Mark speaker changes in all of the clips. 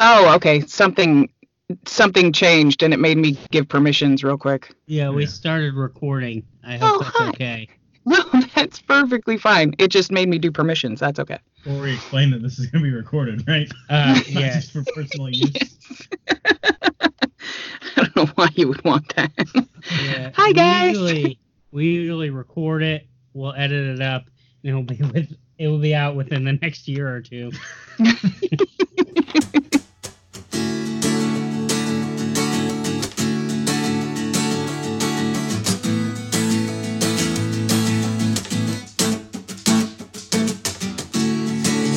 Speaker 1: Oh, okay. Something something changed and it made me give permissions real quick.
Speaker 2: Yeah, we
Speaker 3: Yeah.
Speaker 2: started recording. I hope
Speaker 1: Oh,
Speaker 2: that's
Speaker 1: hi.
Speaker 2: okay.
Speaker 1: No, that's perfectly fine. It just made me do permissions. That's okay.
Speaker 3: Or we explain that this is going to be recorded, right?
Speaker 2: Uh,
Speaker 3: Not
Speaker 2: yeah.
Speaker 3: Just for personal use.
Speaker 1: I don't know why you would want that.
Speaker 2: yeah.
Speaker 1: Hi,
Speaker 2: we
Speaker 1: guys.
Speaker 2: Usually, we usually record it. We'll edit it up, and it'll be with it will be out within the next year or two.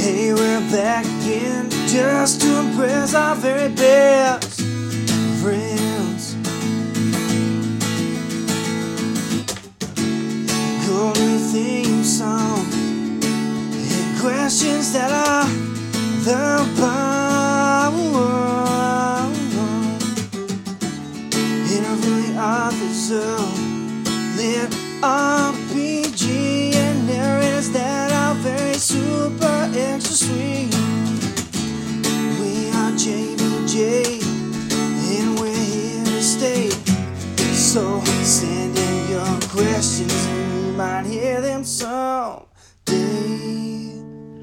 Speaker 4: Hey, we're back again just to impress our very best friends. Cool new theme song and questions that are the power. Interviewing authors of lit RPG and narrators that are very super extra sweet. We are JBJ and we're here to stay. So send in your questions and you might hear them someday.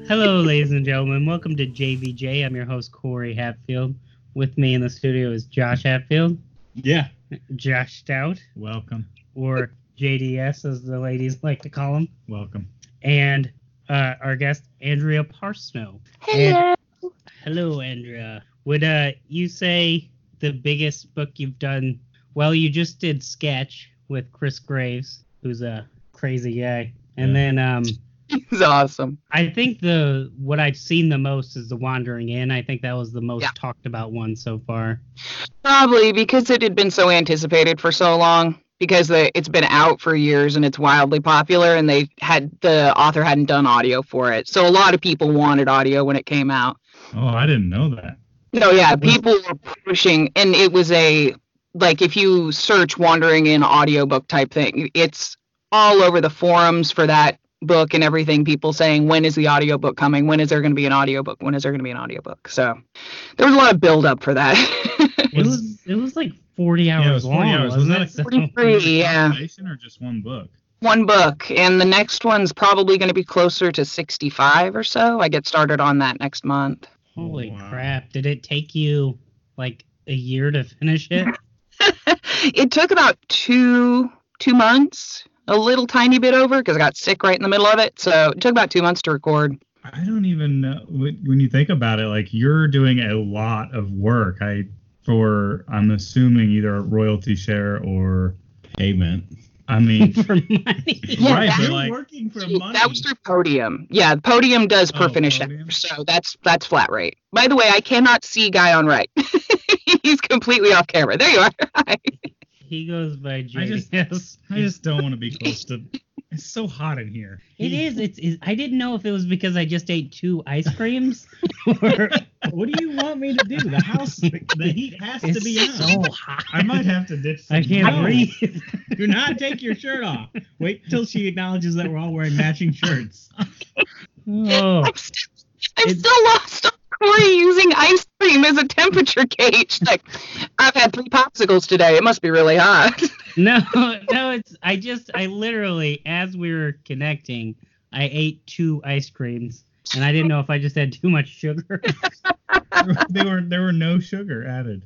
Speaker 2: Hello, ladies and gentlemen. Welcome to JVJ. I'm your host Corey Hatfield. With me in the studio is Josh Hatfield,
Speaker 3: Yeah.
Speaker 2: Josh Stout,
Speaker 3: Welcome.
Speaker 2: or JDS as the ladies like to call him,
Speaker 3: Welcome.
Speaker 2: and uh, our guest Andrea Parsno.
Speaker 1: Hello.
Speaker 2: Hello, Andrea. Would uh you say the biggest book you've done? Well, you just did Sketch with Chris Graves, who's a crazy guy, and
Speaker 3: Yeah.
Speaker 2: then um
Speaker 1: He's awesome.
Speaker 2: I think the what I've seen the most is The Wandering In. I think that was the most
Speaker 1: Yeah.
Speaker 2: talked about one so far.
Speaker 1: Probably because it had been so anticipated for so long because the, it's been out for years and it's wildly popular and they had the author hadn't done audio for it. So a lot of people wanted audio when it came out.
Speaker 3: Oh, I didn't know that.
Speaker 1: No, yeah,
Speaker 2: It was-
Speaker 1: people were pushing, and it was a like if you search "wandering in" audiobook type thing, it's all over the forums for that book and everything. People saying, "When is the audiobook coming? When is there going to be an audiobook? When is there going to be an audiobook?" So there was a lot of build up for that.
Speaker 2: It was it was like forty hours
Speaker 3: Yeah, it was 40
Speaker 2: long,
Speaker 3: hours. Was
Speaker 2: wasn't
Speaker 3: that
Speaker 2: it? So-
Speaker 1: Pretty free, yeah.
Speaker 3: Compilation or just one book?
Speaker 1: One book, and the next one's probably going to be closer to 65 or so. I get started on that next month.
Speaker 2: Holy
Speaker 3: Wow.
Speaker 2: crap! Did it take you like a year to finish it?
Speaker 1: it took about two two months a little tiny bit over because i got sick right in the middle of it so it took about two months to record
Speaker 3: I don't even know. When when you think about it, like you're doing a lot of work. I for I'm assuming either a royalty share or payment. I mean,
Speaker 2: For money.
Speaker 1: Yeah,
Speaker 3: right?
Speaker 1: that-
Speaker 3: But like working for
Speaker 1: that was through podium yeah podium does per
Speaker 3: Oh,
Speaker 1: finish
Speaker 3: Podium.
Speaker 1: hour, so that's that's flat rate by the way i cannot see guy on right he's completely off camera there you are Hi.
Speaker 2: He goes by JDS.
Speaker 3: I just- I just don't want to be close to. It's so hot in here.
Speaker 2: It is. It's, it's. I didn't know if it was because I just ate two ice creams, or
Speaker 3: What do you want me to do? The house, the, the heat has
Speaker 2: it's
Speaker 3: to be on.
Speaker 2: so hot.
Speaker 3: I might have to ditch.
Speaker 2: I
Speaker 3: some-
Speaker 2: can't
Speaker 3: No.
Speaker 2: breathe.
Speaker 5: Do not take your shirt off. Wait till she acknowledges that we're all wearing matching shirts.
Speaker 2: Oh,
Speaker 1: i'm, st- I'm
Speaker 2: It's-
Speaker 1: still lost on corey using ice cream as a temperature gauge like i've had three popsicles today it must be really hot
Speaker 2: no, no. It's. I just. I literally, as we were connecting, I ate two ice creams, and I didn't know if I just had too much sugar.
Speaker 3: They were there were no sugar added.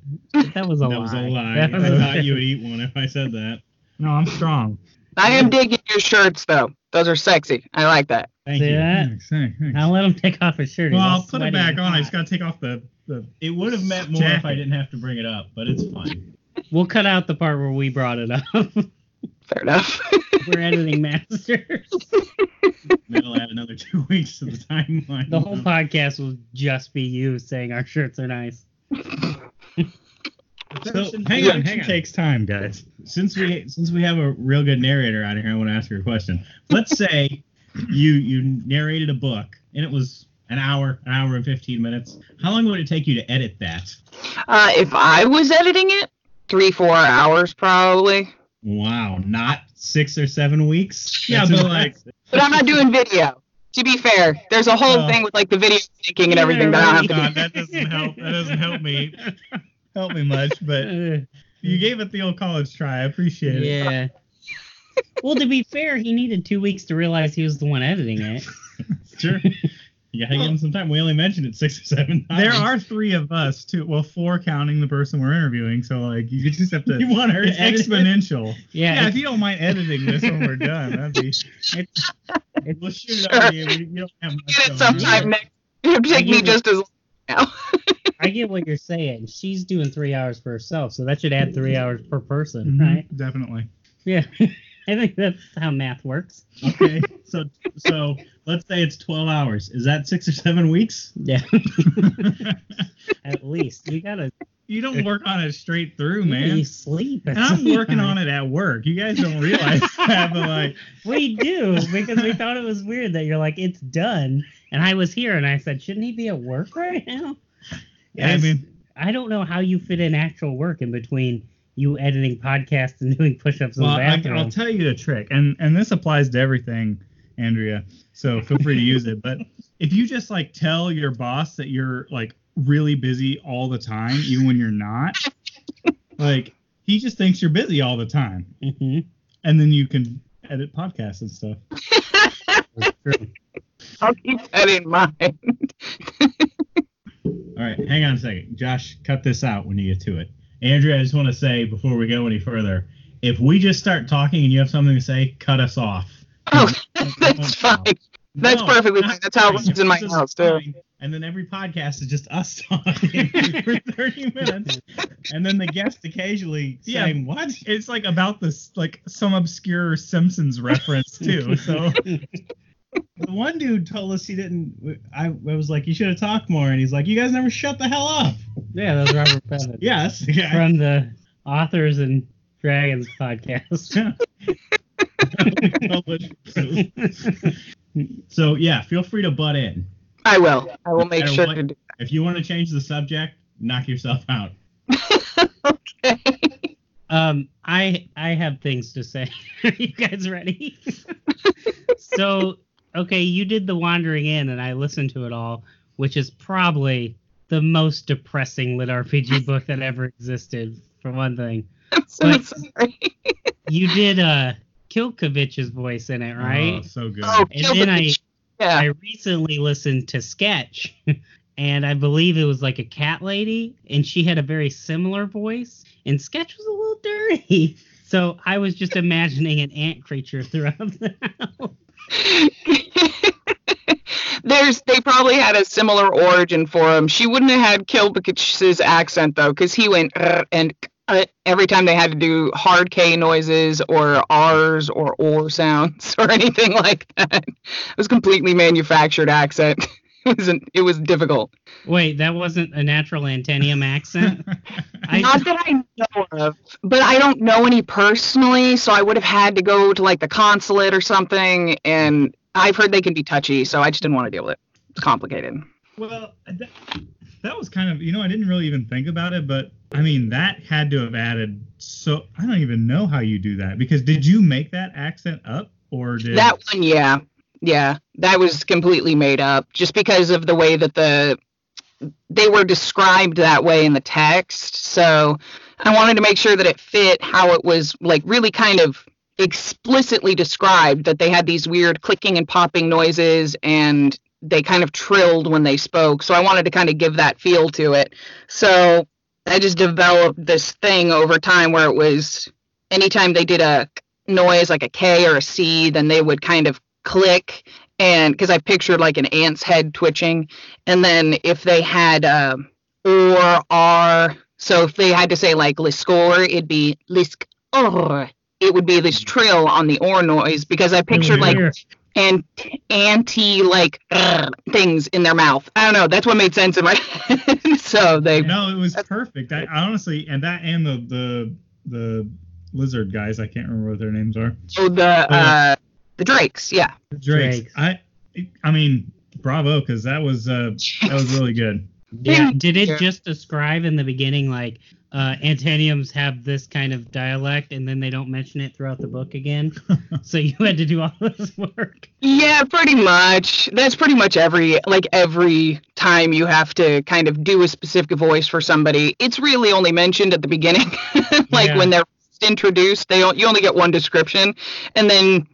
Speaker 2: that was a
Speaker 5: that
Speaker 2: lie.
Speaker 5: was a lie.
Speaker 2: That was a
Speaker 5: I thought
Speaker 2: lie.
Speaker 5: you would eat one if I said that.
Speaker 3: No, I'm strong.
Speaker 1: I am digging your shirts though. Those are sexy. I like that.
Speaker 5: Thank
Speaker 2: See
Speaker 5: you.
Speaker 2: that?
Speaker 3: Thanks, thanks, thanks.
Speaker 2: I'll let him take off his shirt. He's
Speaker 3: Well,
Speaker 2: all
Speaker 3: I'll put it
Speaker 2: sweaty
Speaker 3: back
Speaker 2: and
Speaker 3: on. I
Speaker 2: hot.
Speaker 3: just gotta take off the the.
Speaker 5: It would have meant more if I didn't have to bring it up, but it's fine.
Speaker 2: We'll cut out the part where we brought it up.
Speaker 1: Fair enough.
Speaker 2: we're editing masters.
Speaker 5: That'll add another two weeks to the timeline.
Speaker 2: The whole podcast will just be you saying our shirts are nice.
Speaker 5: So,
Speaker 3: Production
Speaker 5: hang on,
Speaker 3: production
Speaker 5: hang on.
Speaker 3: Takes time, guys.
Speaker 5: since we since we have a real good narrator out here, I want to ask you a question. Let's say you you narrated a book and it was an hour, an hour and fifteen minutes. How long would it take you to edit that?
Speaker 1: Uh, if I was editing it, three four hours probably.
Speaker 5: Wow, not six or seven weeks.
Speaker 3: Yeah, but like-
Speaker 1: But I'm not doing video. To be fair, there's a whole
Speaker 5: Well.
Speaker 1: thing with like the video syncing and everything that I don't have to
Speaker 3: God, that doesn't help. That doesn't help me. Help me much, but
Speaker 2: Uh,
Speaker 3: you gave it the old college try. I appreciate it.
Speaker 2: yeah. well, to be fair, he needed two weeks to realize he was the one editing it.
Speaker 5: Sure. You gotta give him some time. We only mentioned it six or seven times.
Speaker 3: There are three of us, too. Well, four counting the person we're interviewing. So like, you just have to.
Speaker 5: You want her to
Speaker 3: It's
Speaker 5: edit it?
Speaker 3: exponential.
Speaker 2: Yeah,
Speaker 3: Yeah, if you don't mind editing this when we're done, that'd be.
Speaker 5: We'll shoot it
Speaker 1: Sure.
Speaker 5: up here. We, you don't have much
Speaker 1: get it
Speaker 5: going
Speaker 1: sometime
Speaker 5: on.
Speaker 1: next. It'll take me
Speaker 2: Yeah.
Speaker 1: just as long now.
Speaker 2: I get what you're saying. She's doing three hours for herself, so that should add three hours per person,
Speaker 3: Mhm,
Speaker 2: right?
Speaker 3: Definitely.
Speaker 2: Yeah. I think that's how math works.
Speaker 5: Okay. So so let's say it's twelve hours. Is that six or seven weeks?
Speaker 2: Yeah. At least you gotta
Speaker 3: You don't work on it straight through,
Speaker 2: you
Speaker 3: man.
Speaker 2: sleep.
Speaker 3: And I'm working on it at work. You guys don't realize that, but like,
Speaker 2: We do because we thought it was weird that you're like it's done, and I was here and I said, shouldn't he be at work right now?
Speaker 3: I mean,
Speaker 2: I don't know how you fit in actual work in between you editing podcasts and doing push-ups in
Speaker 3: well,
Speaker 2: the
Speaker 3: I,
Speaker 2: bathroom.
Speaker 3: I'll tell you a trick, and and this applies to everything, Andrea. So feel free to use it. But if you just like tell your boss that you're like really busy all the time, even when you're not, like he just thinks you're busy all the time,
Speaker 2: Mhm.
Speaker 3: and then you can edit podcasts and stuff.
Speaker 1: I'll keep that in mind.
Speaker 5: All right, hang on a second. Josh, cut this out when you get to it. Andrea, I just want to say before we go any further, if we just start talking and you have something to say, cut us off.
Speaker 1: Oh, that's
Speaker 5: No.
Speaker 1: fine. That's
Speaker 5: No,
Speaker 1: perfectly
Speaker 5: not-
Speaker 1: fine. That's how it runs in my
Speaker 5: This is
Speaker 1: house too.
Speaker 5: fine. And then every podcast is just us talking for 30 minutes. And then the guest occasionally
Speaker 3: Yeah.
Speaker 5: saying, What?
Speaker 3: It's like about this like some obscure Simpsons reference
Speaker 2: Mm-hmm.
Speaker 3: too. So
Speaker 5: The one dude told us he didn't. I, I was like, You should have talked more. And he's like, You guys never shut the hell up.
Speaker 2: yeah, that was Robert Bennett
Speaker 5: Yes. Yeah.
Speaker 2: from the Authors and Dragons podcast.
Speaker 5: so, yeah, feel free to butt in.
Speaker 1: I will. I will make
Speaker 5: matter
Speaker 1: sure
Speaker 5: what.
Speaker 1: to do
Speaker 5: If you want to change the subject, knock yourself out.
Speaker 2: Um, I I have things to say. Are you guys ready? so, okay, you did the wandering in, and I listened to it all, which is probably the most depressing lit RPG book that ever existed. For one thing,
Speaker 1: I'm so
Speaker 2: But-
Speaker 1: sorry.
Speaker 2: you did uh Kilkovich's voice in it,
Speaker 3: Oh,
Speaker 2: right?
Speaker 3: so good.
Speaker 1: Oh,
Speaker 2: and
Speaker 1: kill
Speaker 2: then
Speaker 1: the
Speaker 2: I
Speaker 1: bitch. yeah.
Speaker 2: I recently listened to Sketch, and I believe it was like a cat lady, and she had a very similar voice, and Sketch was a little dirty. So I was just imagining an ant creature throughout the house.
Speaker 1: There's they probably had a similar origin for him. She wouldn't have had Kilbich's accent though, because he went "Er," and "Uh," every time they had to do hard K noises or R's or or sounds or anything like that. It was completely manufactured accent. It was not it was difficult.
Speaker 2: Wait, that wasn't a natural antenium accent? I,
Speaker 1: Not that I know of, but I don't know any personally, so I would have had to go to like the consulate or something. And I've heard they can be touchy, so I just didn't want to deal with it. It's complicated.
Speaker 3: Well, that, that was kind of, you know, I didn't really even think about it, but I mean, that had to have added so I don't even know how you do that because did you make that accent up or did
Speaker 1: That one, yeah, yeah, that was completely made up, just because of the way that the they were described that way in the text. So I wanted to make sure that it fit how it was like really kind of explicitly described that they had these weird clicking and popping noises and they kind of trilled when they spoke. So I wanted to kind of give that feel to it. So I just developed this thing over time where it was anytime they did a noise like a K or a C, then they would kind of click. And because I pictured like an ant's head twitching. And then if they had um, or are, so if they had to say like Liscor, it'd be Lisk or. It would be this trill on the or noise because I pictured like
Speaker 2: Here.
Speaker 3: Mm-hmm.
Speaker 1: and anti like "Grr," things in their mouth. I don't know. That's what made sense in my head. so they
Speaker 3: No, it was perfect. I, I honestly and that and the the the lizard guys, I can't remember what their names are.
Speaker 1: so the uh, the Drakes, yeah.
Speaker 3: Drakes.
Speaker 2: Drakes.
Speaker 3: I I mean, bravo cuz that was uh that was really good.
Speaker 2: Yeah. Did it
Speaker 1: Yeah.
Speaker 2: just describe in the beginning like uh, Antoniums have this kind of dialect, and then they don't mention it throughout the book again? so you had to do all this work.
Speaker 1: Yeah, pretty much. That's pretty much every like every time you have to kind of do a specific voice for somebody. It's really only mentioned at the beginning, like
Speaker 2: Yeah.
Speaker 1: when they're first introduced. They don't, you only get one description, and then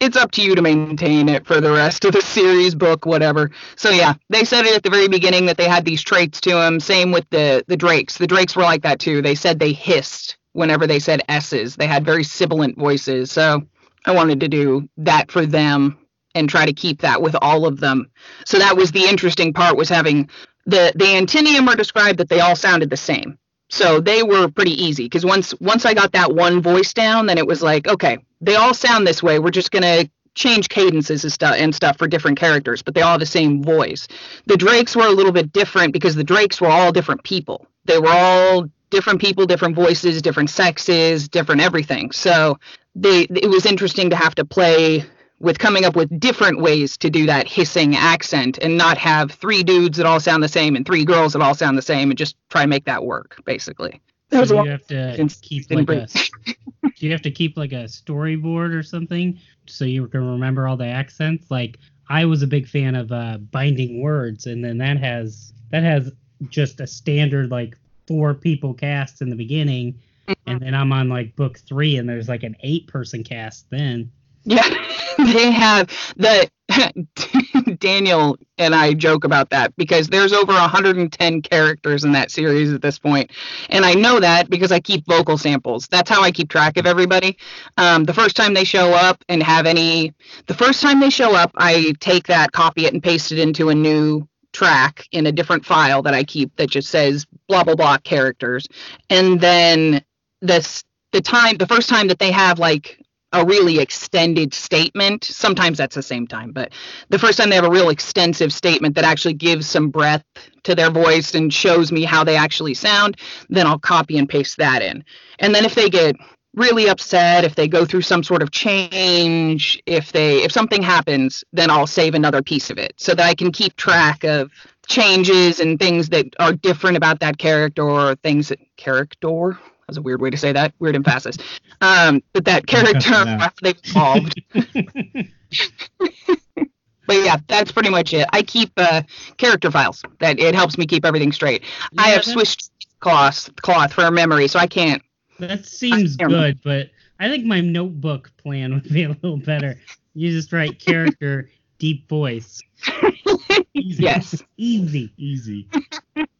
Speaker 1: it's up to you to maintain it for the rest of the series, book, whatever. So yeah, they said it at the very beginning that they had these traits to them. Same with the the Drakes. The Drakes were like that too. They said they hissed whenever they said s's. They had very sibilant voices. So I wanted to do that for them and try to keep that with all of them. So that was the interesting part was having the the antinium are described that they all sounded the same. So they were pretty easy because once once I got that one voice down, then it was like, okay, they all sound this way. We're just gonna change cadences and stuff and stuff for different characters, but they all have the same voice. The Drakes were a little bit different because the Drakes were all different people. They were all different people, different voices, different sexes, different everything. So they it was interesting to have to play with coming up with different ways to do that hissing accent and not have three dudes that all sound the same and three girls that all sound the same and just try to make that work basically. That was a
Speaker 2: So
Speaker 1: lot-
Speaker 2: you have to
Speaker 1: Didn't-
Speaker 2: keep
Speaker 1: didn't
Speaker 2: like
Speaker 1: bring-
Speaker 2: a do you have to keep like a storyboard or something so you can remember all the accents like i was a big fan of uh, binding words and then that has that has just a standard like four people cast in the beginning
Speaker 1: Mm-hmm.
Speaker 2: and then i'm on like book three and there's like an eight person cast then
Speaker 1: Yeah, they have the Daniel and I joke about that because there's over 110 characters in that series at this point, and I know that because I keep vocal samples. That's how I keep track of everybody. Um, the first time they show up and have any, the first time they show up, I take that, copy it, and paste it into a new track in a different file that I keep that just says blah blah blah characters, and then this the time the first time that they have like a really extended statement. Sometimes that's the same time, but the first time they have a real extensive statement that actually gives some breadth to their voice and shows me how they actually sound, then I'll copy and paste that in. And then if they get really upset, if they go through some sort of change, if they if something happens, then I'll save another piece of it so that I can keep track of changes and things that are different about that character or things that character that's a weird way to say that weird emphasis um but that
Speaker 3: cut that
Speaker 1: character
Speaker 3: out.
Speaker 1: after they've evolved but yeah, that's pretty much it. I keep uh, character files. That it helps me keep everything straight. I
Speaker 2: Yeah,
Speaker 1: have
Speaker 2: that-
Speaker 1: Swiss cloth cloth for memory, so I can't.
Speaker 2: That seems
Speaker 1: am.
Speaker 2: good, but I think my notebook plan would be a little better. You just write character, deep voice.
Speaker 3: Easy.
Speaker 1: Yes,
Speaker 2: Easy.
Speaker 3: Easy.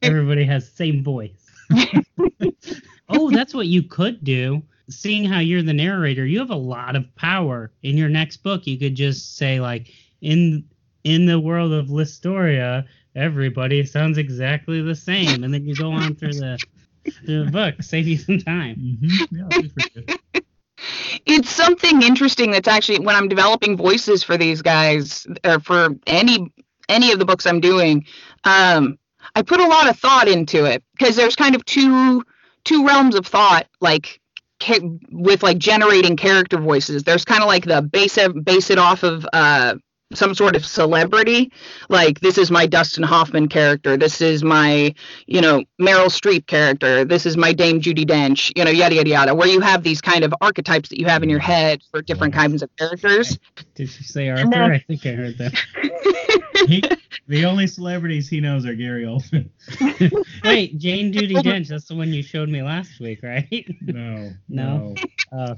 Speaker 2: Everybody has same voice. oh, that's what you could do. Seeing how you're the narrator, you have a lot of power. In your next book, you could just say like in in the world of Listoria, everybody sounds exactly the same, and then you go on through the through the book, save you some time.
Speaker 3: Mm-hmm. Yeah, that's pretty good.
Speaker 1: it's something interesting that's actually when I'm developing voices for these guys or for any any of the books I'm doing. Um, I put a lot of thought into it because there's kind of two two realms of thought like ca- with like generating character voices. There's kind of like the base it- base it off of uh, some sort of celebrity, like this is my Dustin Hoffman character, this is my you know Meryl Streep character, this is my Dame Judy Dench, you know yada yada yada, where you have these kind of archetypes that you have in your head for different kinds of characters.
Speaker 2: Did you say Arthur? I think I heard that.
Speaker 5: He, the only celebrities he knows are Gary Oldman.
Speaker 2: Wait, Jane Judy Dench, that's the one you showed me last week, right?
Speaker 3: No.
Speaker 2: No. Uh,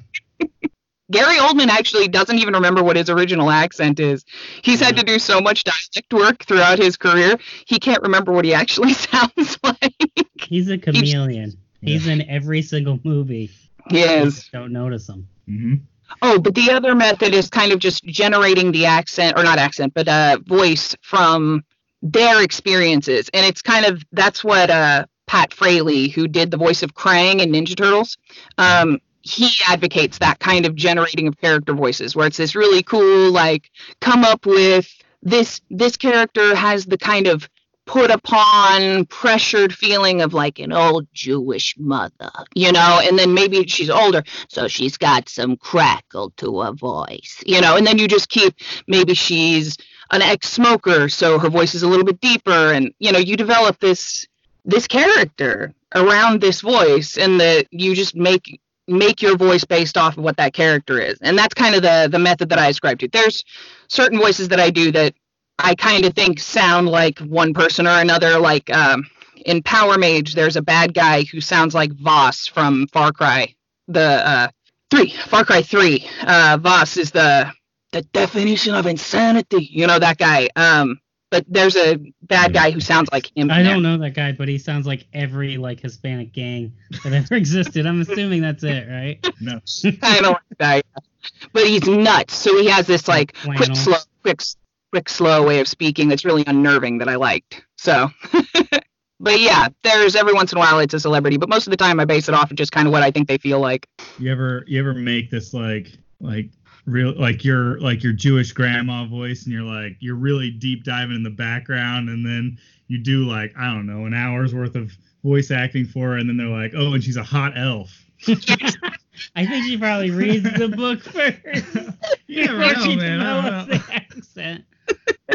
Speaker 1: Gary Oldman actually doesn't even remember what his original accent is. He's had to do so much dialect work throughout his career, he can't remember what he actually sounds like.
Speaker 2: he's a chameleon. He's in every single movie.
Speaker 1: He
Speaker 2: You
Speaker 1: is.
Speaker 2: just don't notice him.
Speaker 3: Mm-hmm.
Speaker 1: Oh, but the other method is kind of just generating the accent, or not accent, but uh, voice from their experiences. And it's kind of that's what uh, Pat Fraley, who did the voice of Krang in Ninja Turtles, um, he advocates that kind of generating of character voices, where it's this really cool, like, come up with this this character has the kind of put upon pressured feeling of like an old jewish mother you know and then maybe she's older so she's got some crackle to her voice you know and then you just keep maybe she's an ex-smoker, so her voice is a little bit deeper, and you know, you develop this this character around this voice, and that you just make make your voice based off of what that character is, and that's kind of the the method that I ascribe to. There's certain voices that I do that I kind of think sound like one person or another, like. Um, in Power Mage, there's a bad guy who sounds like Voss from Far Cry, the uh, three, Far Cry three. Uh, Voss is the the definition of insanity. You know that guy. Um, but there's a bad guy who sounds like him.
Speaker 2: I don't know that guy, but he sounds like every like Hispanic gang that ever existed. I'm assuming that's it, right?
Speaker 3: No.
Speaker 1: I don't like that. But he's nuts, so he has this like quick,
Speaker 2: Flannel.
Speaker 1: slow, quick, s- quick, slow way of speaking that's really unnerving that I liked. So. But yeah, there's every once in a while it's a celebrity, but most of the time I base it off of just kind of what I think they feel like.
Speaker 3: You ever you ever make this like like real like your like your Jewish grandma voice and you're like you're really deep diving in the background and then you do like I don't know an hour's worth of voice acting for her and then they're like oh and she's a hot elf.
Speaker 2: I think she probably reads the book first.
Speaker 3: You never
Speaker 2: before
Speaker 3: know,
Speaker 2: she
Speaker 3: man. I don't
Speaker 2: develops
Speaker 3: know.
Speaker 2: the accent.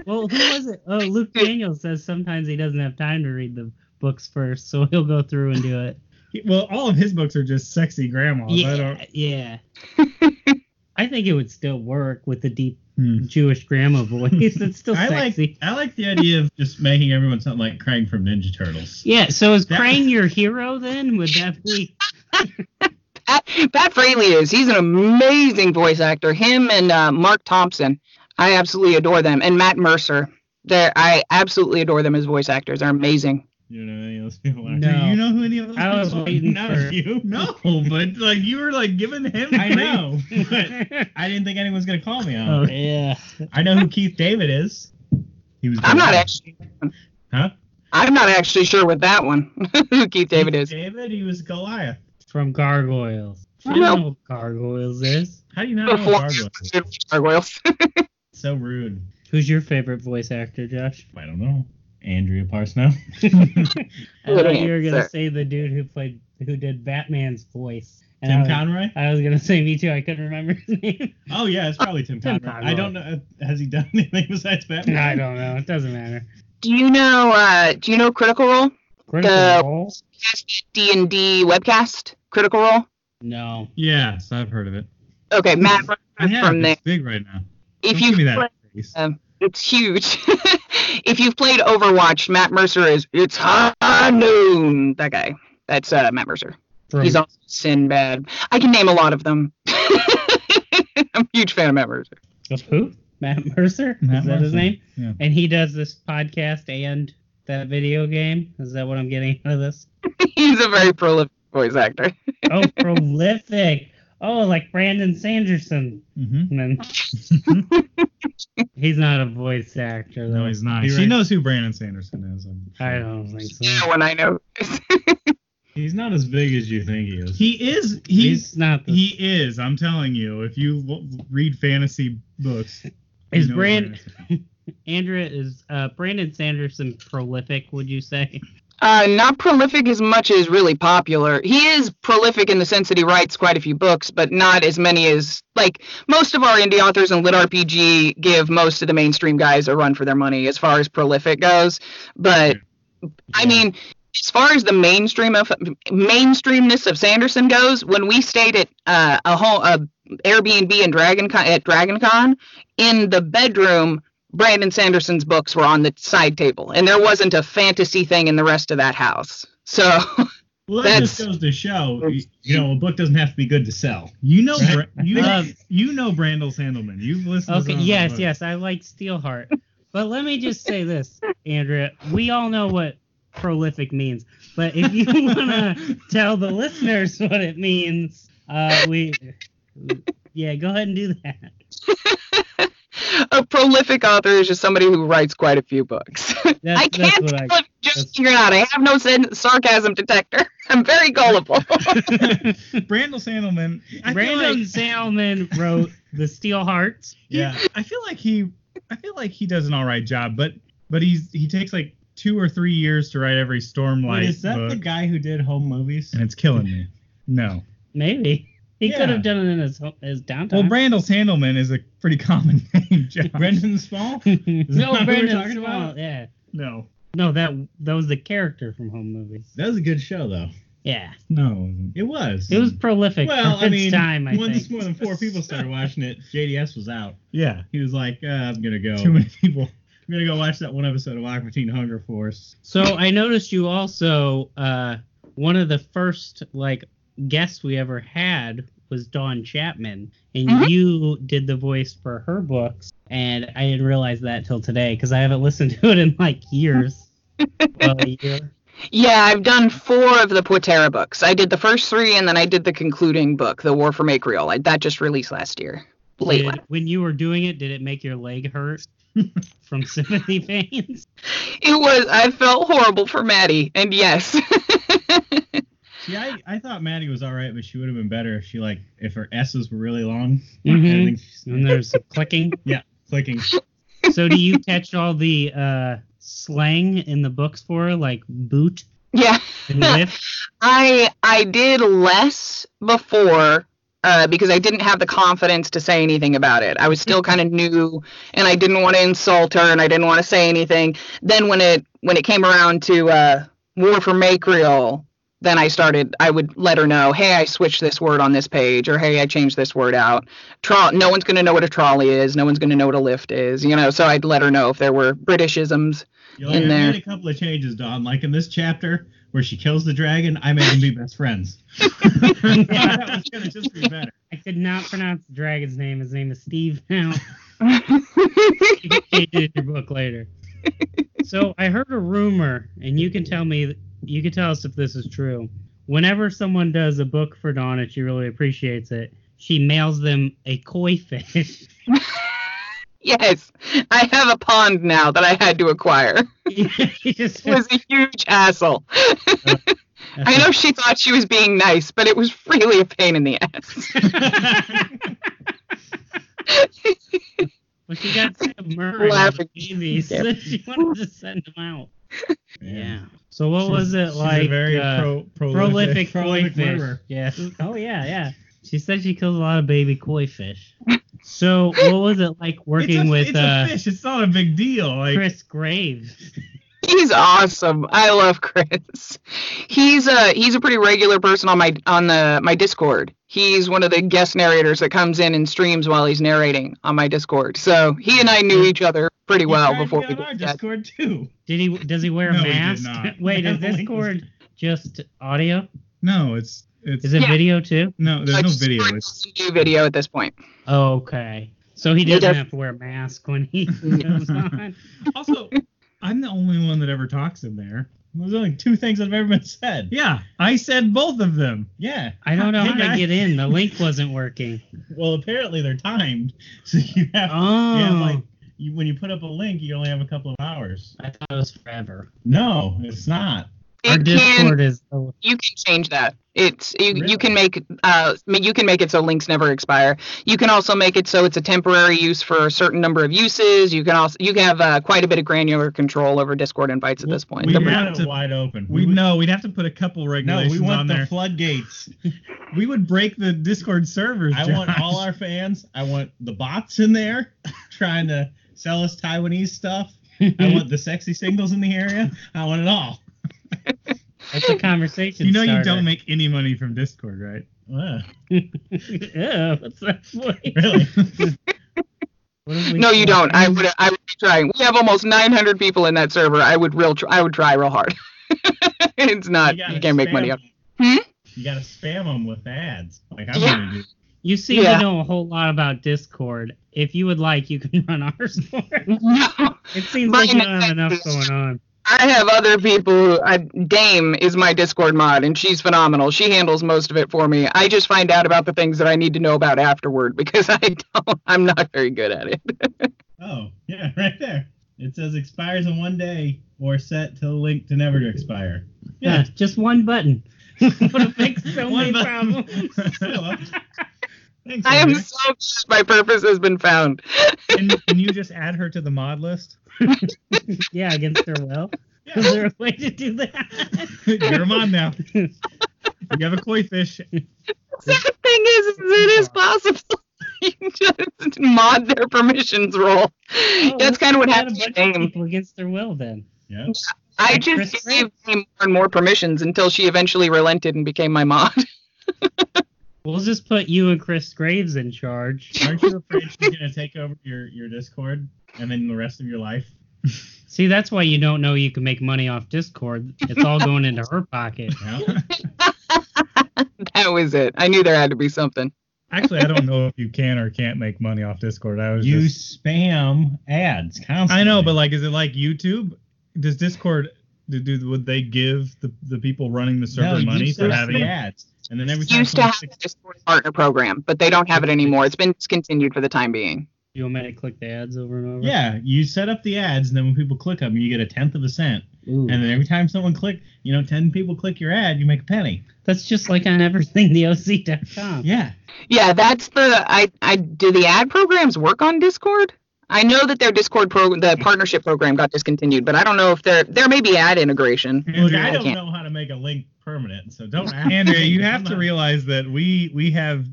Speaker 2: well, who was it? Oh, Luke Daniels says sometimes he doesn't have time to read the books first, so he'll go through and do it.
Speaker 3: Well, all of his books are just sexy grandmas. I
Speaker 2: yeah,
Speaker 3: don't.
Speaker 2: yeah. I think it would still work with the deep
Speaker 3: Hmm.
Speaker 2: Jewish grandma voice. It's still
Speaker 5: I
Speaker 2: sexy.
Speaker 5: like I like the idea of just making everyone sound like Krang from Ninja Turtles.
Speaker 2: Yeah, so is
Speaker 5: That-
Speaker 2: Crane your hero then? Would that be
Speaker 1: Pat, Pat Fraley is. He's an amazing voice actor. Him and uh, Mark Thompson. I absolutely adore them. And Matt Mercer. They're, I absolutely adore them as voice actors. They're amazing.
Speaker 5: You know any of those people?
Speaker 2: No.
Speaker 5: Do you know who any of those
Speaker 2: I was
Speaker 5: people? are?
Speaker 2: waiting
Speaker 5: None
Speaker 2: for-
Speaker 5: of you. No, but like you were like giving him. I know. but I didn't think anyone was gonna call me
Speaker 2: Oh
Speaker 5: on. it.
Speaker 2: yeah.
Speaker 5: I know who Keith David is. He was.
Speaker 1: I'm not actually.
Speaker 5: Huh?
Speaker 1: I'm not actually sure with that one who Keith David is.
Speaker 5: David. He was Goliath.
Speaker 2: From Gargoyles. I
Speaker 1: Well-
Speaker 2: don't know what Gargoyles is.
Speaker 5: How do you not know
Speaker 1: Before
Speaker 5: Gargoyles?
Speaker 1: Gargoyles.
Speaker 5: So rude.
Speaker 2: Who's your favorite voice actor, Josh?
Speaker 5: I don't know. Andrea Parsnow.
Speaker 2: I thought you were gonna
Speaker 1: answer.
Speaker 2: say the dude who played who did Batman's voice. And I
Speaker 5: Tim
Speaker 2: was-
Speaker 5: Conroy.
Speaker 2: I was gonna say me too. I couldn't remember his name.
Speaker 5: Oh yeah, it's probably Tim
Speaker 2: Tim
Speaker 5: Conroy.
Speaker 2: Conroy.
Speaker 5: I don't know. uh, Has he done anything besides Batman?
Speaker 2: I don't know. It doesn't matter.
Speaker 1: Do you know? Uh, do you know Critical Role?
Speaker 2: Critical
Speaker 1: The-
Speaker 2: Role?
Speaker 1: D and D webcast. Critical Role.
Speaker 2: No.
Speaker 3: Yes, I've heard of it.
Speaker 1: Okay, Matt
Speaker 3: I
Speaker 1: Mercer
Speaker 3: have.
Speaker 1: from there.
Speaker 3: It's big right now.
Speaker 1: If
Speaker 3: Don't
Speaker 1: you uh,
Speaker 3: give me that face.
Speaker 1: It's huge. if you've played Overwatch, Matt Mercer is it's high noon. That guy. That's uh, Matt Mercer.
Speaker 2: From,
Speaker 1: He's also Sinbad. I can name a lot of them. I'm a huge fan of Matt Mercer.
Speaker 2: of who? Matt Mercer.
Speaker 3: Matt
Speaker 2: is that his
Speaker 3: Mercer,
Speaker 2: name?
Speaker 3: yeah.
Speaker 2: And he does this podcast and that video game. Is that what I'm getting out of this?
Speaker 1: He's a very prolific voice actor.
Speaker 2: Oh, prolific. Oh, like Brandon Sanderson.
Speaker 3: Mm-hmm.
Speaker 2: And then- he's not a voice actor though.
Speaker 3: No, he's not.
Speaker 5: He
Speaker 3: She
Speaker 5: writes-
Speaker 3: knows who Brandon Sanderson is. I'm sure.
Speaker 2: I don't think so.
Speaker 1: No one I know.
Speaker 5: He's not as big as you think he is.
Speaker 3: He is. He's.
Speaker 2: He's not. The,
Speaker 3: He is. I'm telling you. If you w- read fantasy books,
Speaker 2: is
Speaker 3: you know
Speaker 2: Brand
Speaker 3: Sanderson.
Speaker 2: Andrea is uh, Brandon Sanderson prolific? Would you say?
Speaker 1: Uh, not prolific as much as really popular. He is prolific in the sense that he writes quite a few books, but not as many as like most of our indie authors and lit RPG give most of the mainstream guys a run for their money as far as prolific goes. But I
Speaker 2: Yeah.
Speaker 1: mean, as far as the mainstream of mainstreamness of Sanderson goes, when we stayed at uh, a home, a Airbnb in Dragon Con, at Dragon Con, in the bedroom, Brandon Sanderson's books were on the side table, and there wasn't a fantasy thing in the rest of that house. So
Speaker 5: Well, that just
Speaker 1: That's-
Speaker 5: goes to show, you- you know, a book doesn't have to be good to sell.
Speaker 3: You know.
Speaker 5: Right.
Speaker 3: Bra- you,
Speaker 2: Um,
Speaker 3: you know Brandel Sandelman. You've listened. to
Speaker 2: Okay.
Speaker 3: some of his
Speaker 2: Yes.
Speaker 3: books.
Speaker 2: Yes. I like Steelheart, but let me just say this, Andrea. We all know what prolific means, but if you wanna tell the listeners what it means, uh, we, yeah, go ahead and do that.
Speaker 1: a prolific author is just somebody who writes quite a few books.
Speaker 2: That's,
Speaker 1: I can't
Speaker 2: that's
Speaker 1: tell
Speaker 2: what
Speaker 1: if
Speaker 2: I.
Speaker 1: you just
Speaker 2: that's-
Speaker 1: figured out. I have no sen- sarcasm detector. I'm very gullible.
Speaker 3: Brandel Sandelman. I feel
Speaker 2: Brandon
Speaker 3: like-
Speaker 2: Salmon wrote the Steel Hearts.
Speaker 3: yeah i feel like he i feel like he does an all right job but but he's he takes like two or three years to write every stormlight
Speaker 5: Wait, is that
Speaker 3: book,
Speaker 5: the guy who did home movies?
Speaker 3: and it's killing me no
Speaker 2: Maybe. He
Speaker 5: Yeah.
Speaker 2: could have done it in his ho- his downtime.
Speaker 3: Well, Brandels Handelman is a pretty common name, Josh.
Speaker 5: Brendan Small? that
Speaker 2: no,
Speaker 5: what we're
Speaker 2: Brandon
Speaker 5: talking
Speaker 2: Small.
Speaker 5: about?
Speaker 2: Yeah.
Speaker 3: No.
Speaker 2: No, that that was the character from Home Movies.
Speaker 5: That was a good show, though.
Speaker 2: Yeah,
Speaker 3: No.
Speaker 5: It was.
Speaker 2: it was prolific
Speaker 5: Well,
Speaker 2: for
Speaker 5: I
Speaker 2: its
Speaker 5: mean,
Speaker 2: time. I
Speaker 5: once
Speaker 2: think.
Speaker 5: more than four people started watching it, JDS was out.
Speaker 3: Yeah.
Speaker 5: He was like, uh, "I'm gonna go.
Speaker 3: Too many people.
Speaker 5: I'm gonna go watch that one episode of Aquatine Hunger Force."
Speaker 2: So I noticed you also uh, one of the first like guests we ever had was Dawn Chapman, and
Speaker 1: Mhm.
Speaker 2: you did the voice for her books, and I didn't realize that till today because I haven't listened to it in like years. well, a year.
Speaker 1: Yeah, I've done four of the Portera books. I did the first three, and then I did the concluding book, The War for Make Real. I, that just released last year. Late
Speaker 2: Did- when you were doing it, did it make your leg hurt from sympathy pains?
Speaker 1: It was. I felt horrible for Maddie, and yes,
Speaker 5: See, I, I thought Maddie was all right, but she would have been better if she like if her s's were really long.
Speaker 2: Mhm.
Speaker 5: I think she's
Speaker 2: And there's clicking.
Speaker 5: clicking.
Speaker 2: So do you catch all the uh, slang in the books for her, like boot
Speaker 1: yeah.
Speaker 2: and lift?
Speaker 1: I I did less before uh, because I didn't have the confidence to say anything about it. I was still kind of new, and I didn't want to insult her, and I didn't want to say anything. Then when it when it came around to uh, War for Macriol, then I started. I would let her know, hey, I switched this word on this page, or hey, I changed this word out. Tro- no one's gonna know what a trolley is. No one's gonna know what a lift is. You know, so I'd let her know if there were Britishisms.
Speaker 5: You like,
Speaker 1: In
Speaker 5: I
Speaker 1: there.
Speaker 5: made a couple of changes, Don. Like in this chapter where she kills the dragon, I made them be best friends. that was gonna just be better.
Speaker 2: I could not pronounce the dragon's name. His name is Steve now. You can change it in your book later. So I heard a rumor, and you can tell me, you can tell us if this is true. Whenever someone does a book for Dawn and she really appreciates it, she mails them a koi fish.
Speaker 1: yes, I have a pond now that I had to acquire.
Speaker 2: You just-
Speaker 1: was a huge hassle. I know she thought she was being nice, but it was really a pain in the ass.
Speaker 2: But she got submerged
Speaker 1: Laughing.
Speaker 2: with babies, so she wanted to send them out. Yeah. So what
Speaker 5: She's-
Speaker 2: was it
Speaker 5: she's
Speaker 2: like?
Speaker 5: a very
Speaker 2: uh,
Speaker 5: pro, prolific,
Speaker 2: prolific, koi fish.
Speaker 5: murderer.
Speaker 2: Yeah. Oh yeah, yeah. She said she kills a lot of baby koi fish. So what was it like working
Speaker 3: it's a,
Speaker 2: with
Speaker 3: it's
Speaker 2: uh,
Speaker 3: a fish. It's not a big deal. Like
Speaker 2: Chris Graves?
Speaker 1: He's awesome. I love Chris. He's a he's a pretty regular person on my on the my Discord. He's one of the guest narrators that comes in and streams while he's narrating on my Discord. So he and I knew each other pretty
Speaker 5: He
Speaker 1: well
Speaker 5: tried to
Speaker 1: before
Speaker 5: get
Speaker 1: we
Speaker 5: on our
Speaker 1: did that.
Speaker 5: Discord too.
Speaker 2: Did he? Does he wear a
Speaker 3: No, he did
Speaker 2: mask?
Speaker 3: not.
Speaker 2: Wait, is
Speaker 5: I don't think
Speaker 2: Discord just audio?
Speaker 3: no, it's it's
Speaker 2: Is it
Speaker 1: Yeah.
Speaker 2: video too?
Speaker 3: no. There's
Speaker 1: Like,
Speaker 3: no
Speaker 1: just
Speaker 3: video.
Speaker 1: recording
Speaker 3: It's
Speaker 1: a new video at this point.
Speaker 2: Oh, okay. So he
Speaker 1: He
Speaker 2: doesn't
Speaker 1: does-
Speaker 2: have to wear a mask when he goes on.
Speaker 3: also. I'm the only one that ever talks in there.
Speaker 5: There's only two things that have ever been said.
Speaker 3: Yeah, I said both of them.
Speaker 5: Yeah.
Speaker 2: I don't know
Speaker 5: Hey,
Speaker 2: how to
Speaker 5: guys.
Speaker 2: get in. The link wasn't working.
Speaker 5: Well, apparently they're timed, so you have.
Speaker 2: Oh,
Speaker 5: Yeah, like- You, when you put up a link, you only have a couple of hours.
Speaker 2: I thought it was forever.
Speaker 5: No, it's not.
Speaker 2: Our
Speaker 1: It can
Speaker 2: Discord is. Oh,
Speaker 1: you can change that. It's you,
Speaker 5: Really?
Speaker 1: you can make uh ma- you can make it so links never expire. You can also make it so it's a temporary use for a certain number of uses. You can also you can have uh, quite a bit of granular control over Discord invites at this point.
Speaker 5: We
Speaker 1: The-
Speaker 3: have
Speaker 5: want
Speaker 3: to-
Speaker 5: it wide open.
Speaker 3: We
Speaker 5: would-
Speaker 3: know we'd have to put a couple
Speaker 5: No,
Speaker 3: regulations
Speaker 5: we want
Speaker 3: on
Speaker 5: the
Speaker 3: there.
Speaker 5: floodgates.
Speaker 3: we would break the Discord servers.
Speaker 5: I want
Speaker 3: Josh.
Speaker 5: all our fans. I want the bots in there trying to sell us Taiwanese stuff. I want the sexy singles in the area. I want it all.
Speaker 2: that's a conversation.
Speaker 3: You know you
Speaker 2: starter.
Speaker 3: don't make any money from Discord, right?
Speaker 5: Ugh,
Speaker 1: Uh,
Speaker 2: Ew, what's that voice?
Speaker 5: really?
Speaker 2: What have we
Speaker 1: no, you
Speaker 2: got?
Speaker 1: don't. I would I would be trying. We have almost 900 people in that server. I would real tr- I would try real hard. it's not you,
Speaker 5: gotta
Speaker 1: can't make money
Speaker 5: spam-
Speaker 1: out. Hmm?
Speaker 5: You gotta spam them with ads. Like I'm
Speaker 1: Yeah.
Speaker 5: gonna do.
Speaker 2: You seem
Speaker 1: Yeah.
Speaker 2: to know a whole lot about Discord. If you would like, you can run ours for it.
Speaker 1: No.
Speaker 2: It seems like you
Speaker 1: Mine
Speaker 2: don't have enough
Speaker 1: is-
Speaker 2: going on.
Speaker 1: I have other people. I, Dame is my Discord mod, and she's phenomenal. She handles most of it for me. I just find out about the things that I need to know about afterward because I don't. I'm not very good at it.
Speaker 5: Oh, yeah, right there. It says expires in one day or set to link to never to expire.
Speaker 2: Yeah,
Speaker 5: Yeah.
Speaker 2: just one button. Would have fixed so many
Speaker 5: One button.
Speaker 2: problems.
Speaker 5: Well, Thanks,
Speaker 1: I am
Speaker 5: Andrea.
Speaker 1: so. My purpose has been found.
Speaker 3: And, and you just add her to the mod list.
Speaker 2: yeah, against their will.
Speaker 5: Yeah.
Speaker 2: Is there a way to do that?
Speaker 3: You're a mod now. You have a koi fish.
Speaker 1: Sad thing is, is it is possible. you just mod their permissions rule. Oh, That's kind of what
Speaker 2: Had a
Speaker 1: happened to
Speaker 2: bunch of
Speaker 1: Dame.
Speaker 2: people against their will then.
Speaker 5: Yeah.
Speaker 1: I
Speaker 2: like
Speaker 1: just
Speaker 2: Chris
Speaker 1: gave Dame more and more permissions until she eventually relented and became my mod.
Speaker 2: We'll just put you and Chris Graves in charge.
Speaker 5: Aren't you afraid she's gonna take over your your Discord and then the rest of your life?
Speaker 2: See, that's why you don't know you can make money off Discord. It's all going into her pocket.
Speaker 5: Yeah.
Speaker 1: that was it. I knew there had to be something.
Speaker 3: Actually, I don't know if you can or can't make money off Discord. I was
Speaker 5: you
Speaker 3: just
Speaker 5: spam ads constantly.
Speaker 3: I know, but like, is it like YouTube? Does Discord do, do would they give the, the people running the server
Speaker 5: no,
Speaker 3: money
Speaker 5: you
Speaker 3: for
Speaker 5: spam
Speaker 3: having
Speaker 5: the ads, and then every time
Speaker 1: Used to
Speaker 5: someone
Speaker 1: have a Discord partner program, but they don't have it anymore. It's been discontinued for the time being.
Speaker 2: You want me to click the ads over and over?
Speaker 5: Yeah, you set up the ads, and then when people click them, you get a tenth of a cent.
Speaker 2: Ooh.
Speaker 5: And then every time someone click, you know, ten people click your ad, you make a penny.
Speaker 2: That's just like on everything the OC.com.
Speaker 5: Yeah,
Speaker 1: Yeah, that's the I I do the ad programs work on Discord? I know that their Discord pro the partnership program got discontinued, but I don't know if there there may be ad integration.
Speaker 5: Look,
Speaker 3: Andrea,
Speaker 5: I don't
Speaker 1: can't-
Speaker 5: know how to make a link permanent, so don't ask.
Speaker 3: Andrea,
Speaker 5: me,
Speaker 3: you
Speaker 5: 'cause
Speaker 3: have
Speaker 5: I'm
Speaker 3: to
Speaker 5: not-
Speaker 3: realize that we we have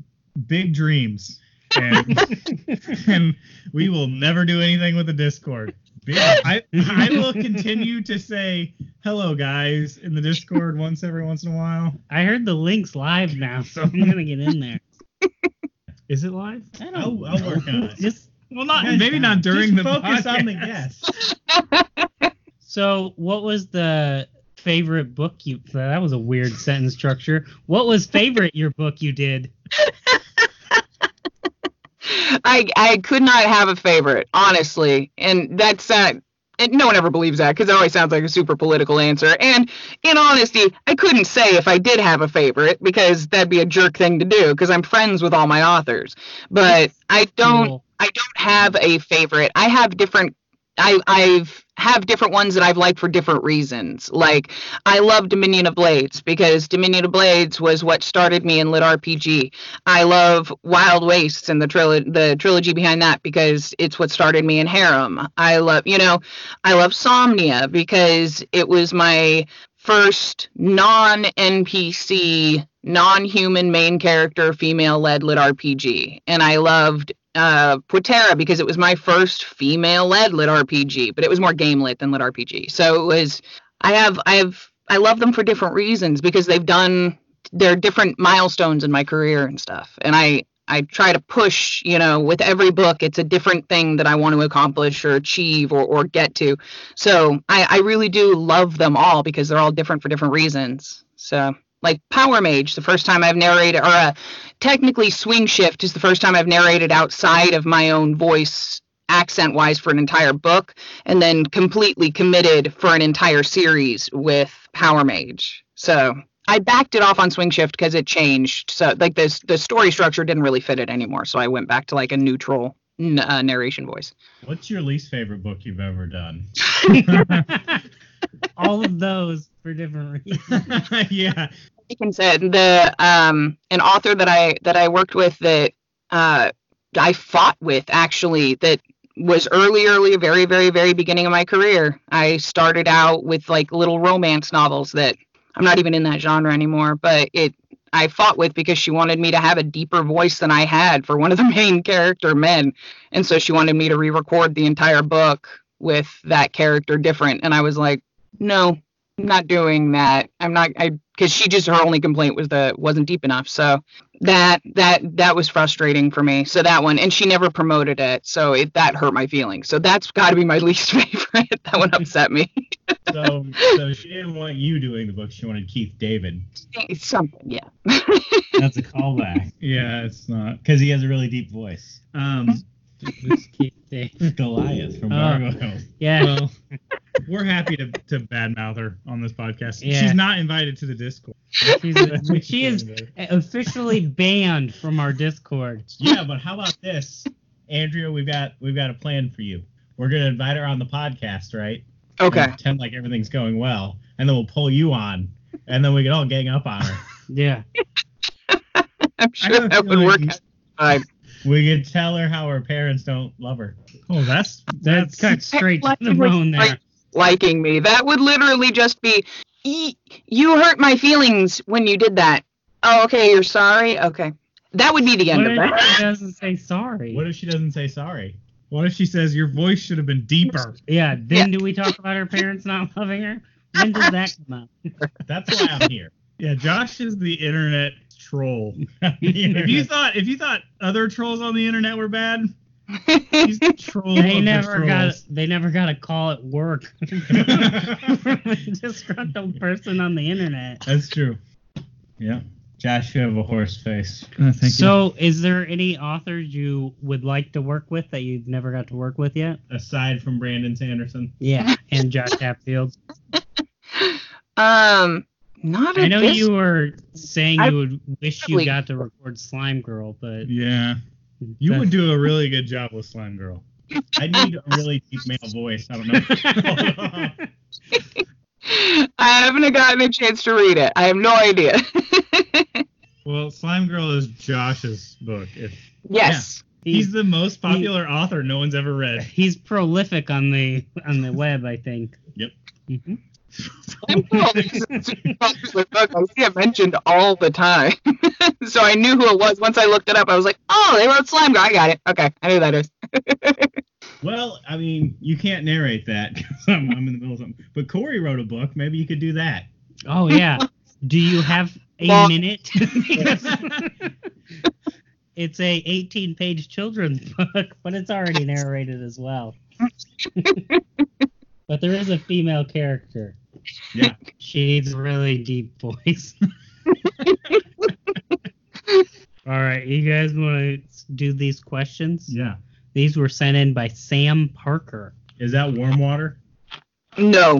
Speaker 3: big dreams, and and we will never do anything with the Discord. I I will continue to say hello, guys, in the Discord once every once in a while.
Speaker 2: I heard the link's live now, so I'm gonna get in there.
Speaker 3: Is it live?
Speaker 2: I don't
Speaker 5: I'll, I'll work on it.
Speaker 2: Just well, not
Speaker 5: Guys,
Speaker 3: Maybe not during the
Speaker 5: just focus on the
Speaker 3: podcast.
Speaker 5: guest.
Speaker 2: So, what was the favorite book you? That was a weird sentence structure. What was favorite your book you did?
Speaker 1: I I could not have a favorite, honestly, and that's uh, and no one ever believes that because it always sounds like a super political answer. And in honesty, I couldn't say if I did have a favorite because that'd be a jerk thing to do because I'm friends with all my authors. But I don't
Speaker 2: Cool.
Speaker 1: I don't have a favorite. I have different. I I've have different ones that I've liked for different reasons. Like I love Dominion of Blades because Dominion of Blades was what started me in lit RPG. I love Wild Wastes and the trilo- the trilogy behind that because it's what started me in Harem. I love you know, I love Somnia because it was my first non NPC non human main character female led lit RPG and I loved uh, Putera because it was my first female-led lit RPG, but it was more game lit than lit RPG. So it was. I have I have I love them for different reasons because they've done their different milestones in my career and stuff, and I I try to push. You know, with every book, it's a different thing that I want to accomplish or achieve or or get to. So I I really do love them all because they're all different for different reasons. So. Like Power Mage, the first time I've narrated, or uh, technically swing shift is the first time i've narrated outside of my own voice accent wise for an entire book and then completely committed for an entire series with power mage so i backed it off on swing shift because it changed so like this the story structure didn't really fit it anymore so i went back to like a neutral n- uh, narration voice
Speaker 5: What's your least favorite book you've ever done?
Speaker 2: All of those for different reasons.
Speaker 5: yeah,
Speaker 1: Dickens said the um an author that I that I worked with that uh I fought with actually that was early early very very very beginning of my career. I started out with like little romance novels that I'm not even in that genre anymore, but it I fought with because she wanted me to have a deeper voice than I had for one of the main character men. And so she wanted me to re-record the entire book with that character different and I was like, "No, I'm not doing that. I'm not I because she just her only complaint was that it wasn't deep enough. So that that that was frustrating for me. So that one and she never promoted it. So it that hurt my feelings. So that's got to be my least favorite. that one upset me.
Speaker 5: so so she didn't want you doing the book. She wanted Keith David.
Speaker 1: It's something, yeah.
Speaker 5: That's a callback
Speaker 3: Yeah, it's not.
Speaker 5: because he has a really deep voice.
Speaker 3: Um,
Speaker 2: Just keep the-
Speaker 5: Goliath from
Speaker 2: Oh.
Speaker 5: Gargoyle.
Speaker 2: yeah.
Speaker 3: well, we're happy to to badmouth her on this podcast.
Speaker 2: Yeah.
Speaker 3: She's not invited to the Discord.
Speaker 2: She's a, she is officially banned from our Discord.
Speaker 5: yeah, but how about this, Andrea? We've got we've got a plan for you. We're gonna invite her on the podcast, right?
Speaker 1: Okay.
Speaker 5: And pretend like everything's going well, and then we'll pull you on, and then we can all gang up on her.
Speaker 2: Yeah.
Speaker 1: I'm
Speaker 3: I
Speaker 1: sure
Speaker 3: have a
Speaker 1: that would
Speaker 3: feeling-
Speaker 1: work out. fine.
Speaker 5: We can tell her how her parents don't love her.
Speaker 3: Oh, that's
Speaker 2: That's
Speaker 3: that's
Speaker 2: cut straight to the bone there.
Speaker 1: liking me. That would literally just be "E- you hurt my feelings when you did that. Oh, okay, you're sorry. Okay. That would be the end
Speaker 2: What
Speaker 1: of
Speaker 2: if
Speaker 1: that.
Speaker 2: she doesn't say sorry?
Speaker 5: What if she doesn't say sorry?
Speaker 3: What if she says your voice should have been deeper?
Speaker 2: yeah, then do we talk about her parents not loving her? When does that come up?
Speaker 5: That's why I'm here.
Speaker 3: Yeah, Josh is the internet troll.
Speaker 5: Yeah.
Speaker 3: if you thought if you thought other trolls on the internet were bad, he's the troll. of
Speaker 2: They
Speaker 3: the
Speaker 2: never got
Speaker 3: trolls.
Speaker 2: they never got a call at work from a disgruntled person on the internet.
Speaker 3: That's true.
Speaker 5: Yeah. Josh, you have a horse face.
Speaker 3: Oh,
Speaker 2: so is there any authors you would like to work with that you've never got to work with yet?
Speaker 5: Aside from Brandon Sanderson.
Speaker 2: Yeah. And Josh Hatfield.
Speaker 1: Um, not
Speaker 2: I
Speaker 1: at
Speaker 2: know
Speaker 1: this-
Speaker 2: you were saying
Speaker 1: I
Speaker 2: you would wish you
Speaker 1: probably-
Speaker 2: got to record Slime Girl, but
Speaker 3: Yeah, you
Speaker 2: that's-
Speaker 3: would do a really good job with Slime Girl.
Speaker 5: I need a really deep male voice. I don't know.
Speaker 1: I haven't gotten a chance to read it. I have no idea.
Speaker 3: Well, Slime Girl is Josh's book. If
Speaker 1: yes.
Speaker 3: he's
Speaker 2: he's
Speaker 3: the most popular author no one's ever read.
Speaker 2: he's prolific on the on the web, I think.
Speaker 5: Yep.
Speaker 2: Mhm.
Speaker 1: I'm cool. This is a popular book. I see it mentioned all the time. so I knew who it was. Once I looked it up, I was like, oh, they wrote Slime Girl. I got it. Okay. I know who that is.
Speaker 5: well, I mean, you can't narrate that 'cause I'm, I'm in the middle of something. But Corey wrote a book. Maybe you could do that.
Speaker 2: Oh yeah. Do you have a
Speaker 1: Well-
Speaker 2: minute? Because it's a 18 page children's book, but it's already narrated as well. but there is a female character.
Speaker 5: Yeah.
Speaker 2: She needs a really deep voice. All right, you guys want to do these questions?
Speaker 5: Yeah.
Speaker 2: These were sent in by Sam Parker.
Speaker 5: Is that warm water?
Speaker 1: No,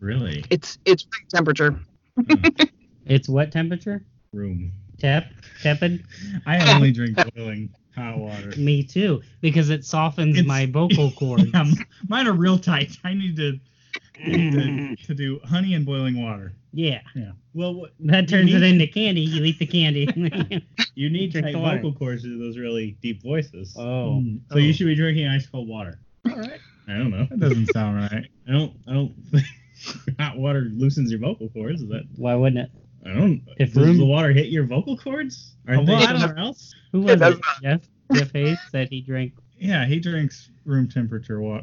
Speaker 5: Really?
Speaker 1: it's it's room temperature.
Speaker 2: It's what temperature?
Speaker 5: Room.
Speaker 2: Tep? Tepid?
Speaker 3: I only drink boiling hot water.
Speaker 2: Me too, because it softens
Speaker 3: It's-
Speaker 2: my vocal cords.
Speaker 3: Yeah, m- mine are real tight. I need to, to to do honey and boiling water.
Speaker 2: Yeah,
Speaker 5: Well,
Speaker 2: that turns
Speaker 5: need-
Speaker 2: it into candy. You eat the candy.
Speaker 5: you need
Speaker 2: Drink
Speaker 5: tight
Speaker 2: the water.
Speaker 5: vocal cords to do those really deep voices. Hmm.
Speaker 2: oh,
Speaker 3: Mm,
Speaker 5: So you should be drinking ice cold water. All right. I don't know.
Speaker 3: That doesn't sound right.
Speaker 5: I don't. I don't. hot water loosens your vocal cords. Is that?
Speaker 2: Why wouldn't it?
Speaker 5: I don't.
Speaker 2: If
Speaker 5: does
Speaker 2: room-
Speaker 5: the water hit your vocal cords? Are
Speaker 3: Well,
Speaker 5: they
Speaker 3: I don't-
Speaker 5: somewhere else?
Speaker 2: Who was
Speaker 1: does
Speaker 2: it? Jeff. Jeff Hayes said he drank.
Speaker 3: Yeah, he drinks room temperature wa-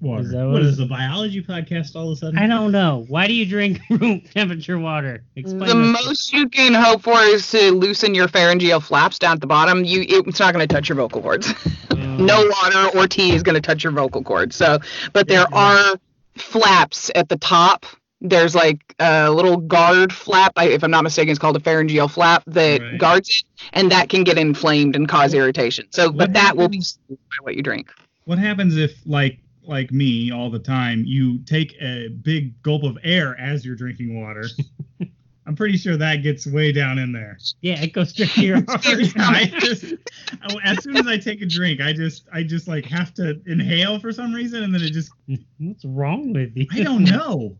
Speaker 3: water.
Speaker 2: Is that what?
Speaker 5: What
Speaker 2: it-
Speaker 5: is the biology podcast all of a sudden?
Speaker 2: I don't know. Why do you drink room temperature water? Explain.
Speaker 1: the
Speaker 2: this.
Speaker 1: most you can hope for is to loosen your pharyngeal flaps down at the bottom. You it, it's not going to touch your vocal cords.
Speaker 5: Uh,
Speaker 1: no water or tea is going to touch your vocal cords. So, but there
Speaker 5: Mm-hmm.
Speaker 1: are flaps at the top. There's like a little guard flap, I- if I'm not mistaken, it's called a pharyngeal flap that
Speaker 5: Right.
Speaker 1: guards it, and that can get inflamed and cause irritation. So,
Speaker 3: what
Speaker 1: but that will be soothed by what you drink.
Speaker 3: What happens if like like me all the time, you take a big gulp of air as you're drinking water? I'm pretty sure that gets way down in there.
Speaker 2: Yeah, it goes straight to your heart.
Speaker 3: I just, I- as soon as I take a drink, I just I just like have to inhale for some reason, and then it just
Speaker 2: What's wrong with you?
Speaker 3: I don't know.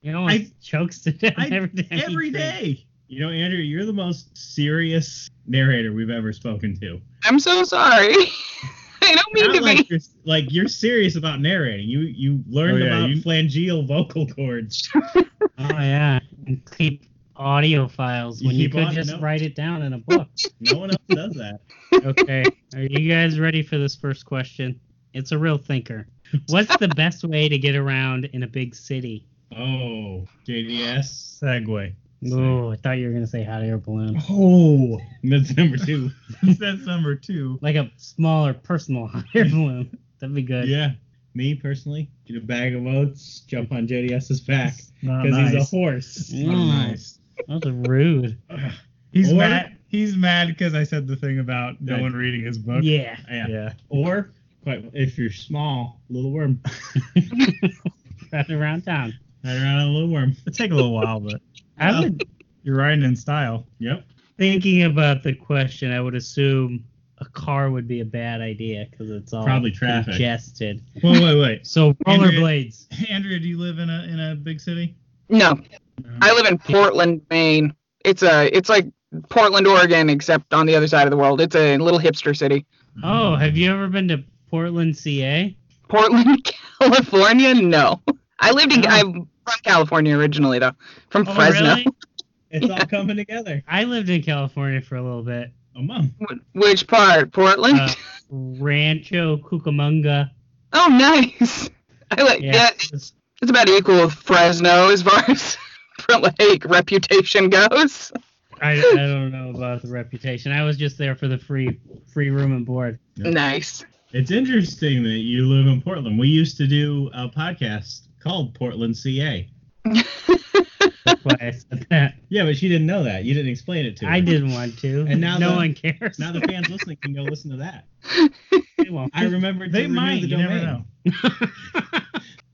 Speaker 2: You know, I
Speaker 3: I-
Speaker 2: chokes to death
Speaker 3: I-
Speaker 2: every day.
Speaker 3: Every day.
Speaker 5: You know, Andrew, you're the most serious narrator we've ever spoken to.
Speaker 1: I'm so sorry. I don't mean
Speaker 5: Not
Speaker 1: to
Speaker 5: like
Speaker 1: be.
Speaker 5: you're like you're serious about narrating. You you learned
Speaker 3: Oh, yeah,
Speaker 5: about
Speaker 3: you-
Speaker 5: phalangeal vocal cords.
Speaker 2: Oh yeah, and keep audio files
Speaker 5: You
Speaker 2: when you,
Speaker 5: keep
Speaker 2: could
Speaker 5: audio
Speaker 2: just
Speaker 5: notes.
Speaker 2: write it down in a book.
Speaker 5: No one else does that.
Speaker 2: okay. Are you guys ready for this first question? It's a real thinker. What's the best way to get around in a big city?
Speaker 5: Oh, JDS.
Speaker 3: Segway.
Speaker 2: Oh, I thought you were gonna say hot air balloon.
Speaker 3: Oh,
Speaker 5: That's number two.
Speaker 3: that's number two.
Speaker 2: Like a smaller personal hot air balloon. That'd be good.
Speaker 5: Yeah. Me personally, get a bag of oats, jump on JDS's back
Speaker 2: Oh,
Speaker 3: Not
Speaker 5: because he's a
Speaker 3: nice.
Speaker 5: horse.
Speaker 2: Mm.
Speaker 3: Not nice.
Speaker 2: That's rude.
Speaker 5: Ugh.
Speaker 3: He's
Speaker 5: Or-
Speaker 3: mad. He's mad because I said the thing about no
Speaker 5: Yeah.
Speaker 3: one reading his book.
Speaker 2: Yeah.
Speaker 5: yeah. Or quite, if you're small, little worm.
Speaker 2: Right around town.
Speaker 5: Ride around on a little worm.
Speaker 3: It take a little while, but
Speaker 2: I
Speaker 5: Well-
Speaker 2: would
Speaker 3: you're riding in style.
Speaker 5: Yep.
Speaker 2: thinking about the question. I would assume a car would be a bad idea because it's all
Speaker 5: Probably traffic.
Speaker 2: congested.
Speaker 3: Wait, wait, wait.
Speaker 2: So
Speaker 3: Andrea-
Speaker 2: rollerblades.
Speaker 3: Andrea, do you live in a in a big city?
Speaker 1: No,
Speaker 5: Mm-hmm.
Speaker 1: I live in Portland, Maine. It's a it's like Portland, Oregon, except on the other side of the world. It's a little hipster city.
Speaker 2: Oh, have you ever been to Portland, CA?
Speaker 1: Portland, California? No. I lived in I'm from California originally though. From
Speaker 2: Oh,
Speaker 1: Fresno.
Speaker 2: really?
Speaker 5: It's all coming together.
Speaker 2: I lived in California for a little bit.
Speaker 5: Oh, mom.
Speaker 1: Which part? Portland?
Speaker 2: Uh, Rancho Cucamonga.
Speaker 1: oh, nice. I like
Speaker 2: Yeah,
Speaker 1: yeah.
Speaker 2: it was-
Speaker 1: It's about equal with Fresno as far as for like reputation goes.
Speaker 2: I, I don't know about the reputation. I was just there for the free free room and board.
Speaker 5: Yeah.
Speaker 1: Nice.
Speaker 5: It's interesting that you live in Portland. We used to do a podcast called Portland CA.
Speaker 2: That's why I said that.
Speaker 5: Yeah, but she didn't know that. You didn't explain it to her.
Speaker 2: I didn't want to.
Speaker 5: And now
Speaker 2: no
Speaker 5: the-
Speaker 2: one cares.
Speaker 5: Now the fans listening can go listen to that.
Speaker 2: they won't.
Speaker 5: I remembered to
Speaker 3: They
Speaker 5: renew
Speaker 3: might.
Speaker 5: the
Speaker 3: You never
Speaker 5: domain.
Speaker 3: know.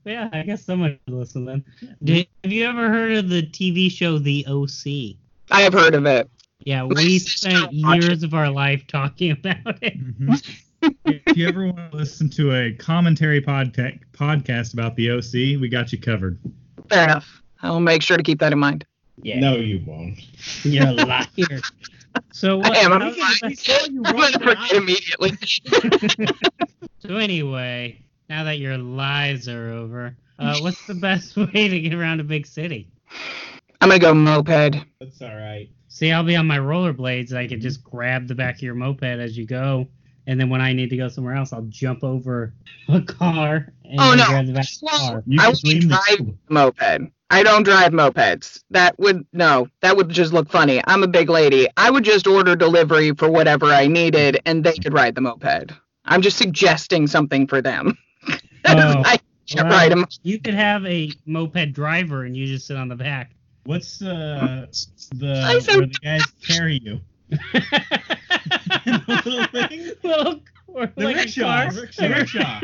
Speaker 2: yeah, I guess someone should listen then. Did, have you ever heard of the TV show The OC?
Speaker 1: I have heard of it.
Speaker 2: Yeah,
Speaker 1: My
Speaker 2: we
Speaker 1: sister
Speaker 2: spent
Speaker 1: watched
Speaker 2: years of our life talking about it.
Speaker 3: Mhm. if you ever want to listen to a commentary podca- podcast about the OC, we got you covered.
Speaker 1: Fair enough. I will make sure to keep that in mind.
Speaker 2: Yeah,
Speaker 5: No, you won't.
Speaker 2: you're a liar. So what?
Speaker 1: I am.
Speaker 2: how's
Speaker 1: I'm
Speaker 2: the
Speaker 1: lying.
Speaker 2: best-
Speaker 1: I'm going to forget immediately.
Speaker 2: so anyway, now that your lives are over, uh, what's the best way to get around a big city?
Speaker 1: I'm going to go moped.
Speaker 5: That's all right.
Speaker 2: See, I'll be on my rollerblades. I could just grab the back of your moped as you go, and then when I need to go somewhere else, I'll jump over a car and
Speaker 1: Oh,
Speaker 2: then
Speaker 1: no.
Speaker 2: grab the back of the
Speaker 1: Well,
Speaker 2: car.
Speaker 5: You
Speaker 1: I
Speaker 5: can
Speaker 1: would be
Speaker 5: blame the-
Speaker 1: driving the moped. I don't drive mopeds. That would no, that would just look funny. I'm a big lady. I would just order delivery for whatever I needed and they could ride the moped. I'm just suggesting something for them.
Speaker 2: Oh,
Speaker 1: I can't
Speaker 2: wow.
Speaker 1: ride a
Speaker 2: You could have a moped driver and you just sit on the back.
Speaker 5: What's
Speaker 1: I'm
Speaker 5: uh, the
Speaker 1: so-
Speaker 5: where the guys carry you? Little thing?
Speaker 2: Little or
Speaker 5: The
Speaker 2: like a
Speaker 5: rickshaw.
Speaker 2: car.
Speaker 5: The rickshaw.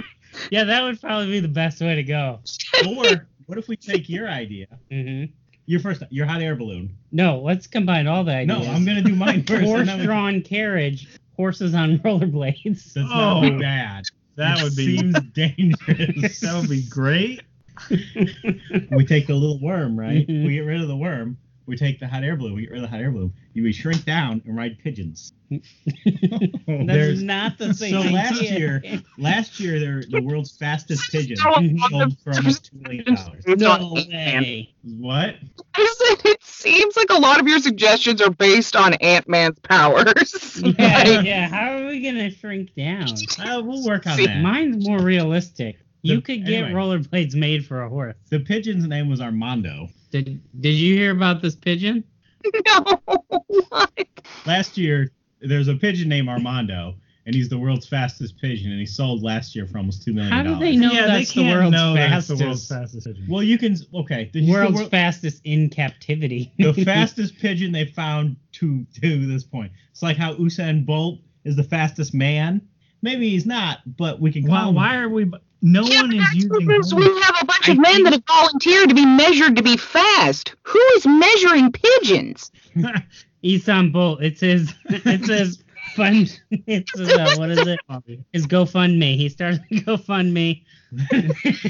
Speaker 2: Yeah, that would probably be the best way to go.
Speaker 5: or what if we take your idea?
Speaker 2: hmm
Speaker 5: Your first, your hot air balloon.
Speaker 2: No, let's combine all the ideas.
Speaker 5: No, I'm gonna do mine first. and then we-
Speaker 2: horse-drawn carriage, horses on rollerblades.
Speaker 5: That's not
Speaker 3: Oh.
Speaker 5: bad.
Speaker 3: That
Speaker 5: It
Speaker 3: would be
Speaker 5: seems dangerous.
Speaker 3: that would be great.
Speaker 5: we take the little worm, right?
Speaker 2: Mhm.
Speaker 5: We get rid of the worm. We take the hot air balloon. We get rid of the hot air balloon. You we shrink down and ride pigeons.
Speaker 2: That's Mm-hmm.
Speaker 5: There's,
Speaker 2: not the same.
Speaker 5: so last
Speaker 2: idea.
Speaker 5: year, last year there the world's fastest pigeon sold for almost two million dollars.
Speaker 1: It's
Speaker 2: no
Speaker 1: on
Speaker 2: way.
Speaker 5: What?
Speaker 1: I said it seems like a lot of your suggestions are based on Ant Man's powers.
Speaker 2: Yeah, yeah. How are we gonna shrink down?
Speaker 5: Uh, we'll work on
Speaker 1: See,
Speaker 5: that.
Speaker 2: Mine's more realistic. You
Speaker 5: The-
Speaker 2: could get
Speaker 5: anyway.
Speaker 2: rollerblades made for a horse.
Speaker 5: the pigeon's name was Armando.
Speaker 2: Did Did you hear about this pigeon?
Speaker 1: no. What?
Speaker 5: Last year there's a pigeon named Armando, and he's the world's fastest pigeon, and he sold last year for almost two million
Speaker 2: How
Speaker 5: dollars.
Speaker 2: do they know that's the world's fastest?
Speaker 3: fastest. pigeon.
Speaker 5: Well, you can okay. This is the
Speaker 2: world's
Speaker 5: world-
Speaker 2: fastest in captivity.
Speaker 5: the fastest pigeon they found to to this point. It's like how Usain Bolt is the fastest man. Maybe he's not, but we can call
Speaker 3: why,
Speaker 5: him.
Speaker 3: why are we? bu- No
Speaker 1: Yeah,
Speaker 3: one
Speaker 1: but
Speaker 3: is
Speaker 1: that's
Speaker 3: using.
Speaker 1: because we
Speaker 3: horse-
Speaker 1: have a bunch of
Speaker 2: I
Speaker 1: men that have volunteered to be measured to be fast. Who is measuring pigeons?
Speaker 2: Isan Bolt. It says it says fun. It says uh, what is it? His GoFundMe. He started a GoFundMe.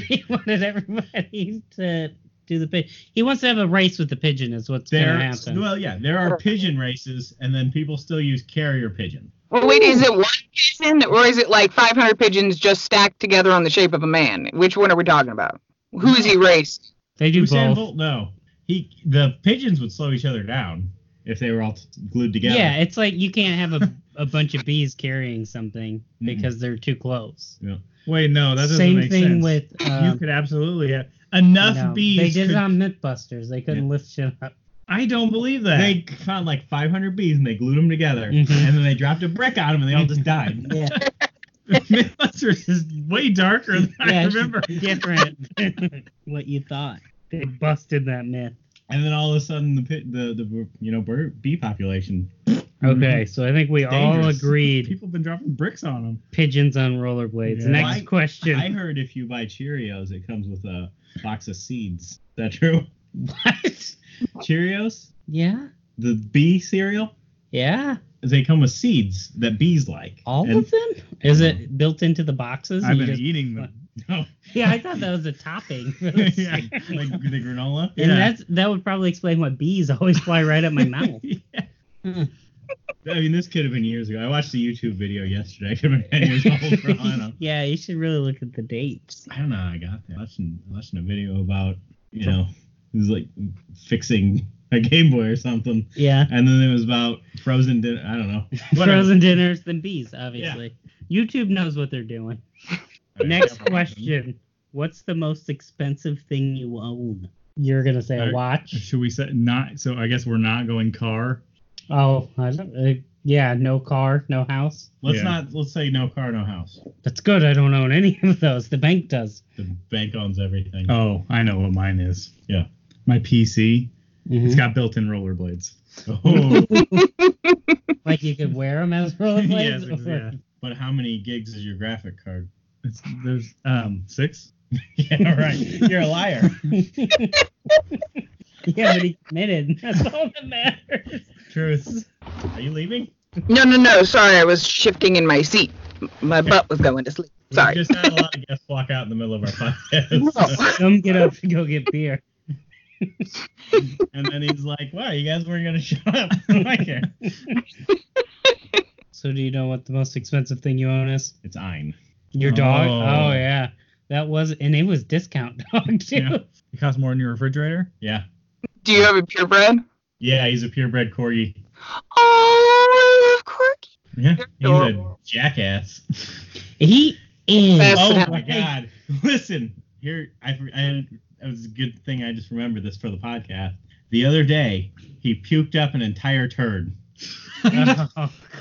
Speaker 2: he wanted everybody to do the pigeon. He wants to have a race with the pigeon. Is what's
Speaker 5: There,
Speaker 2: gonna happen.
Speaker 5: well, yeah, there are pigeon races, and then people still use carrier pigeon.
Speaker 1: Well, wait, is it one pigeon or is it like 500 pigeons just stacked together on the shape of a man? Which one are we talking about? Who is he racing?
Speaker 2: they do
Speaker 5: Usain
Speaker 2: both.
Speaker 5: Bolt, no, he the pigeons would slow each other down if they were all t- glued
Speaker 2: Yeah.
Speaker 5: together.
Speaker 2: it's like you can't have a, a bunch of bees carrying something because they're too close.
Speaker 3: Wait, no, Mm-hmm. that doesn't
Speaker 2: Same
Speaker 3: make
Speaker 2: thing
Speaker 3: sense.
Speaker 2: with
Speaker 3: you
Speaker 2: uh,
Speaker 3: could absolutely have enough
Speaker 2: no,
Speaker 3: bees.
Speaker 2: They did
Speaker 3: could-
Speaker 2: it on MythBusters. They couldn't lift shit up.
Speaker 3: I don't believe that.
Speaker 5: They found like 500 bees and they glued them together,
Speaker 2: Mhm.
Speaker 5: and then they dropped a brick on them, and they all just died.
Speaker 2: Yeah,
Speaker 3: Mythbusters is way darker than I
Speaker 2: Yeah, it's
Speaker 3: remember.
Speaker 2: different than what you thought. They busted that myth.
Speaker 5: And then all of a sudden, the pi- the the you know bird, bee population
Speaker 2: Okay, so I think we all
Speaker 5: Dangerous.
Speaker 2: agreed
Speaker 3: People have been dropping bricks on them.
Speaker 2: pigeons on rollerblades.
Speaker 3: Yeah.
Speaker 2: Next
Speaker 5: I-
Speaker 2: question.
Speaker 5: I heard if you buy Cheerios, it comes with a box of seeds. Is that true?
Speaker 2: What?
Speaker 5: Cheerios,
Speaker 2: Yeah,
Speaker 5: the bee cereal,
Speaker 2: yeah,
Speaker 5: they come with seeds that bees like.
Speaker 2: all
Speaker 5: And-
Speaker 2: of them. Is it built into the boxes?
Speaker 3: I've
Speaker 2: and
Speaker 3: been
Speaker 2: you
Speaker 3: eating them.
Speaker 5: No,
Speaker 2: just- Yeah, I thought that was a topping. for the
Speaker 5: yeah, like
Speaker 2: cereal.
Speaker 5: the granola.
Speaker 2: And
Speaker 3: yeah.
Speaker 2: that's that would probably explain why bees always fly right at my mouth.
Speaker 5: Yeah. I mean, this could have been years ago. I watched a YouTube video yesterday. I could have been 10 years old for all I know.
Speaker 2: yeah, you should really look at the dates.
Speaker 5: I don't know how I got there. Watching watching a video about you know, it was like fixing a Game Boy or something.
Speaker 2: Yeah.
Speaker 5: And then it was about frozen dinner. I don't know. Whatever.
Speaker 2: Frozen dinners than bees, obviously. YouTube knows what they're doing.
Speaker 5: All right,
Speaker 2: Next
Speaker 5: never mind.
Speaker 2: question. What's the most expensive thing you own? You're gonna say a
Speaker 3: Alright.
Speaker 2: watch.
Speaker 3: Should we say not? So I guess we're not going car.
Speaker 2: Oh, I don't, uh, yeah, no car, no house.
Speaker 5: Let's
Speaker 3: Yeah.
Speaker 5: not. Let's say no car, no house.
Speaker 2: That's good. I don't own any of those. The bank does.
Speaker 5: The bank owns everything.
Speaker 3: Oh, I know what mine is.
Speaker 5: Yeah.
Speaker 3: My PC. It's
Speaker 5: Mm-hmm.
Speaker 2: Mhm.
Speaker 3: got built-in rollerblades.
Speaker 5: Oh,
Speaker 2: like you could wear them as rollerblades.
Speaker 3: Yes,
Speaker 2: or-
Speaker 3: yeah.
Speaker 5: but how many gigs is your graphic card?
Speaker 3: It's, there's um six.
Speaker 5: yeah, right. You're a liar.
Speaker 2: yeah, but he committed. That's all that matters.
Speaker 5: Truth. Are you leaving?
Speaker 1: No, no, no. Sorry, I was shifting in my seat. My butt was going to sleep. Sorry.
Speaker 5: We just had a lot of guests walk out in the middle of our podcast.
Speaker 2: Some get up to go get beer.
Speaker 5: and then he's like, wow, you guys weren't going to shut up. I'm like, "Yeah."
Speaker 2: So, do you know what the most expensive thing you own is?
Speaker 5: It's Ein.
Speaker 2: Your dog?
Speaker 3: Oh.
Speaker 2: Oh, yeah. That was, and it was discount dog, too.
Speaker 3: Yeah. It costs more than your refrigerator.
Speaker 5: Yeah.
Speaker 1: Do you have a purebred?
Speaker 5: Yeah, he's a purebred corgi.
Speaker 1: Oh, I love Corky.
Speaker 5: Yeah. He's a
Speaker 1: adorable.
Speaker 5: jackass.
Speaker 2: He is.
Speaker 1: That's
Speaker 5: oh,
Speaker 1: what
Speaker 5: my
Speaker 2: happened.
Speaker 5: God. Listen, here, I, I had, it was a good thing I just remembered this for the podcast. The other day, he puked up an entire turd.
Speaker 2: Oh,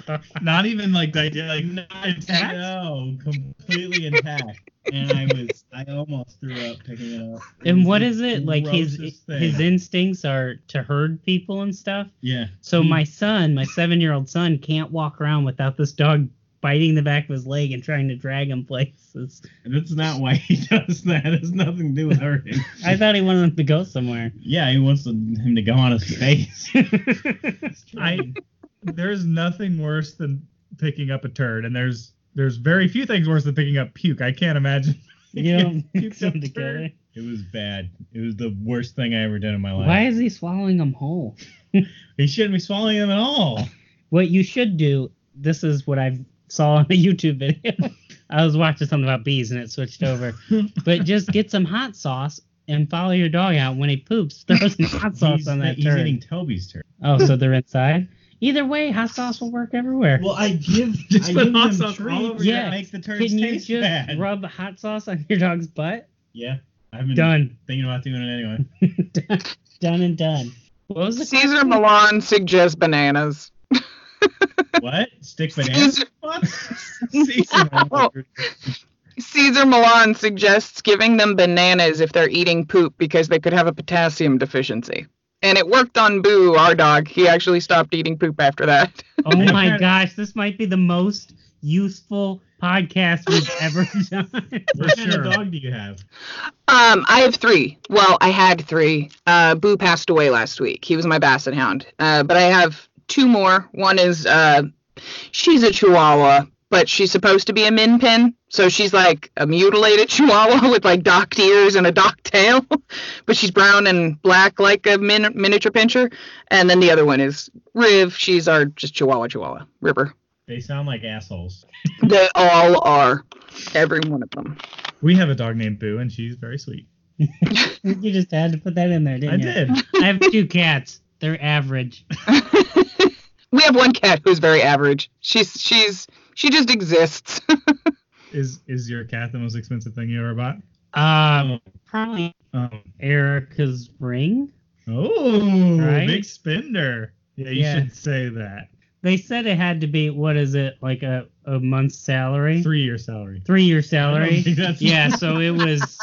Speaker 2: God.
Speaker 3: Not even like the idea. Like
Speaker 5: Not intact? No, completely intact. And I was, I almost threw up picking it up.
Speaker 2: and
Speaker 5: was
Speaker 2: what
Speaker 5: the
Speaker 2: is it? Like his
Speaker 5: grossest thing.
Speaker 2: his instincts are to herd people and stuff.
Speaker 5: yeah.
Speaker 2: So
Speaker 5: Hmm.
Speaker 2: my son, my seven year old son, can't walk around without this dog biting the back of his leg and trying to drag him places.
Speaker 5: And That's not why he does that. It has nothing to do with hurting.
Speaker 2: I thought he wanted him to go somewhere.
Speaker 5: yeah, he wants to- him to go on his face.
Speaker 3: I. There's nothing worse than picking up a turd, and there's there's very few things worse than picking up puke. I can't imagine.
Speaker 2: you know,
Speaker 3: Puked
Speaker 2: them
Speaker 3: up turd.
Speaker 2: together.
Speaker 5: It was bad. It was the worst thing I ever did in my life.
Speaker 2: Why is he swallowing them whole?
Speaker 5: He shouldn't be swallowing them at all.
Speaker 2: What you should do. This is what I saw on a YouTube video. I was watching something about bees and it switched over. but just get some hot sauce and follow your dog out. When he poops, throw some hot sauce
Speaker 5: he's,
Speaker 2: on that
Speaker 5: he's
Speaker 2: turd.
Speaker 5: eating Toby's turd.
Speaker 2: Oh, so they're inside. Either way, hot sauce will work everywhere.
Speaker 5: Well, I give
Speaker 3: Just
Speaker 5: I
Speaker 3: put
Speaker 5: give
Speaker 3: hot
Speaker 5: them
Speaker 3: sauce all
Speaker 5: treats
Speaker 3: over
Speaker 5: that
Speaker 2: your-
Speaker 5: make the turds
Speaker 2: Can you
Speaker 5: taste
Speaker 2: just
Speaker 5: bad.
Speaker 2: rub hot sauce on your dog's butt?
Speaker 5: yeah, I've been
Speaker 2: Done.
Speaker 5: thinking about doing it anyway.
Speaker 2: done. Done and done. What was the
Speaker 1: Caesar Milan suggests bananas.
Speaker 5: what? Stick bananas?
Speaker 1: Caesar,
Speaker 3: Season
Speaker 5: What?
Speaker 1: Ow. Caesar Milan suggests giving them bananas if they're eating poop because they could have a potassium deficiency. And it worked on Boo, our dog. He actually stopped eating poop after that.
Speaker 2: Oh my
Speaker 5: Apparently-
Speaker 2: gosh, this might be the most useful podcast we've ever done.
Speaker 5: What kind
Speaker 3: sure.
Speaker 5: of dog do you have?
Speaker 1: Um, I have three. Well, I had three. Uh, Boo passed away last week. He was my basset hound. Uh, but I have two more. One is uh, she's a Chihuahua, but she's supposed to be a min pin. So she's like a mutilated Chihuahua with like docked ears and a docked tail, but she's brown and black like a min- miniature pincher. And then the other one is Riv. She's our just Chihuahua Chihuahua River.
Speaker 5: They sound like assholes.
Speaker 1: They all are, every one of them.
Speaker 3: We have a dog named Boo, and she's very sweet.
Speaker 2: you just had to put that in there,
Speaker 3: I
Speaker 2: didn't you?
Speaker 3: did.
Speaker 2: I have two cats. They're average.
Speaker 1: We have one cat who's very average. She's she's she just exists.
Speaker 3: Is is your cat the most expensive thing you ever bought?
Speaker 2: Uh, probably
Speaker 3: Um,
Speaker 2: Erica's ring.
Speaker 3: oh,
Speaker 2: Right?
Speaker 3: big spender. Yeah, you
Speaker 2: Yeah.
Speaker 3: should say that.
Speaker 2: They said it had to be what is it like a, a month's salary?
Speaker 3: Three year salary.
Speaker 2: three year
Speaker 5: I don't
Speaker 2: salary.
Speaker 5: think that's-
Speaker 2: Yeah, so it was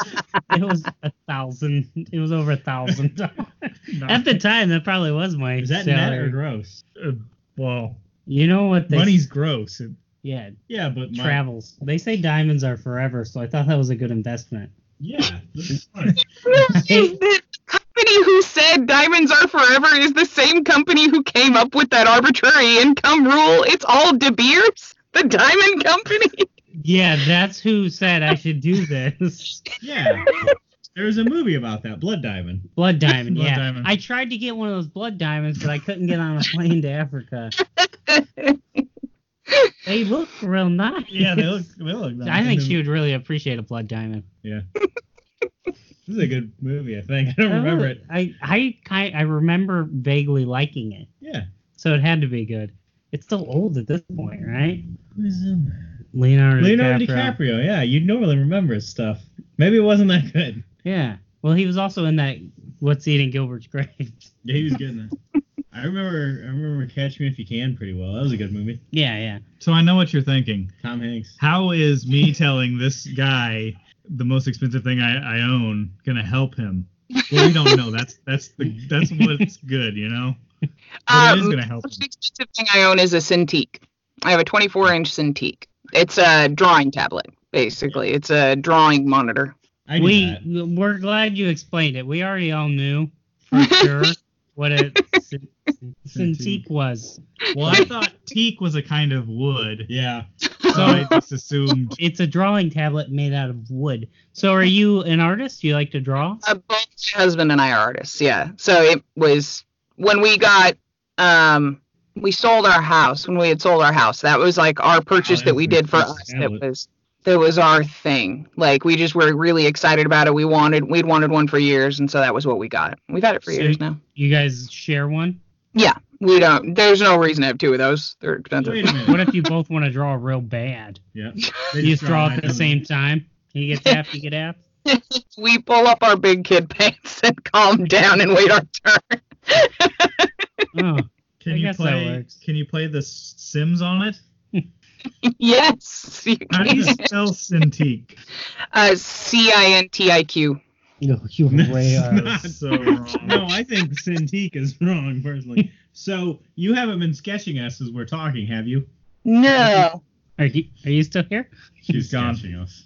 Speaker 2: it was a thousand. It was over a thousand dollars.
Speaker 3: Not-
Speaker 2: At the time, that probably was my
Speaker 5: Is that net
Speaker 2: salary.
Speaker 5: or gross?
Speaker 3: uh, well,
Speaker 2: you know what they
Speaker 3: money's gross. It-
Speaker 2: yeah
Speaker 5: Yeah, but my,
Speaker 2: travels. They say diamonds are forever, so I thought that was a good investment.
Speaker 5: Yeah, this is fun.
Speaker 1: Is the company who said diamonds are forever is the same company who came up with that arbitrary income rule? It's all De Beers, the diamond company.
Speaker 2: Yeah, that's who said I should do this.
Speaker 5: yeah. There's a movie about that, Blood Diamond.
Speaker 2: Blood diamond.
Speaker 3: Blood
Speaker 2: yeah,
Speaker 3: diamond.
Speaker 2: I tried to get one of those blood diamonds, but I couldn't get on a plane to Africa. They look real nice.
Speaker 5: Yeah, they look. They look
Speaker 2: I think she would really appreciate a blood diamond.
Speaker 5: This is a good movie, I think. I don't
Speaker 3: Oh.
Speaker 5: remember it.
Speaker 2: Oh, I I kind I remember vaguely liking it,
Speaker 5: Yeah.
Speaker 2: so it had to be good. It's still old at this point, right?
Speaker 5: Who's in that?
Speaker 2: Leonardo,
Speaker 5: Leonardo
Speaker 2: DiCaprio.
Speaker 5: DiCaprio. Yeah, you'd normally remember his stuff. Maybe it wasn't that good.
Speaker 2: Yeah. Well, he was also in that What's Eating Gilbert's Grape.
Speaker 5: Yeah, he was good in that. I remember. I remember Catch Me If You Can pretty well. That was a good movie.
Speaker 2: yeah, yeah.
Speaker 3: So I know what you're thinking.
Speaker 5: Tom Hanks.
Speaker 3: How is me telling this guy the most expensive thing I, I own gonna help him? Well, we don't know. That's that's the that's what's good, you know. But
Speaker 1: Uh,
Speaker 3: it is gonna help.
Speaker 1: most Um, expensive thing I own is a Cintiq. I have a 24 inch Cintiq. It's a drawing tablet, basically. It's a drawing monitor.
Speaker 5: I knew
Speaker 2: we
Speaker 5: that.
Speaker 2: we're glad you explained it. We already all knew for sure what a Cin- Cintiq was.
Speaker 3: Well, I thought teak was a kind of wood,
Speaker 5: Yeah.
Speaker 3: so I just assumed.
Speaker 2: It's a drawing tablet made out of wood. So, are you an artist? Do you like to draw?
Speaker 1: Uh, both my husband and I are artists. Yeah. So it was when we got um we sold our house when we had sold our house. That was like our purchase
Speaker 5: Oh,
Speaker 1: that we
Speaker 5: that's
Speaker 1: did for
Speaker 5: pretty
Speaker 1: us. That
Speaker 5: solid.
Speaker 1: was that was our thing. Like we just were really excited about it. We wanted we'd wanted one for years, and so that was what we got. We've had it for
Speaker 2: So-
Speaker 1: years now.
Speaker 2: You guys share one?
Speaker 1: We don't. There's no reason to have two of those. They're expensive.
Speaker 5: Wait a minute.
Speaker 2: What if you both want to draw real bad?
Speaker 5: Yeah.
Speaker 2: You just draw at the same time. He gets half, you get half.
Speaker 1: we pull up our big kid pants and calm down and wait our turn.
Speaker 2: Oh, I
Speaker 3: Can you
Speaker 2: guess that
Speaker 3: play?
Speaker 2: works.
Speaker 3: Can you play the S- Sims on it?
Speaker 1: yes. You
Speaker 3: How do you
Speaker 1: can.
Speaker 3: spell Cintiq?
Speaker 1: Uh, C I N T I Q.
Speaker 2: no, you
Speaker 3: so wrong.
Speaker 5: no, I think Cintiq is wrong personally. So you haven't been sketching us as we're talking, have you?
Speaker 1: No.
Speaker 2: Are you, are you still here?
Speaker 3: She's gone.
Speaker 5: sketching us.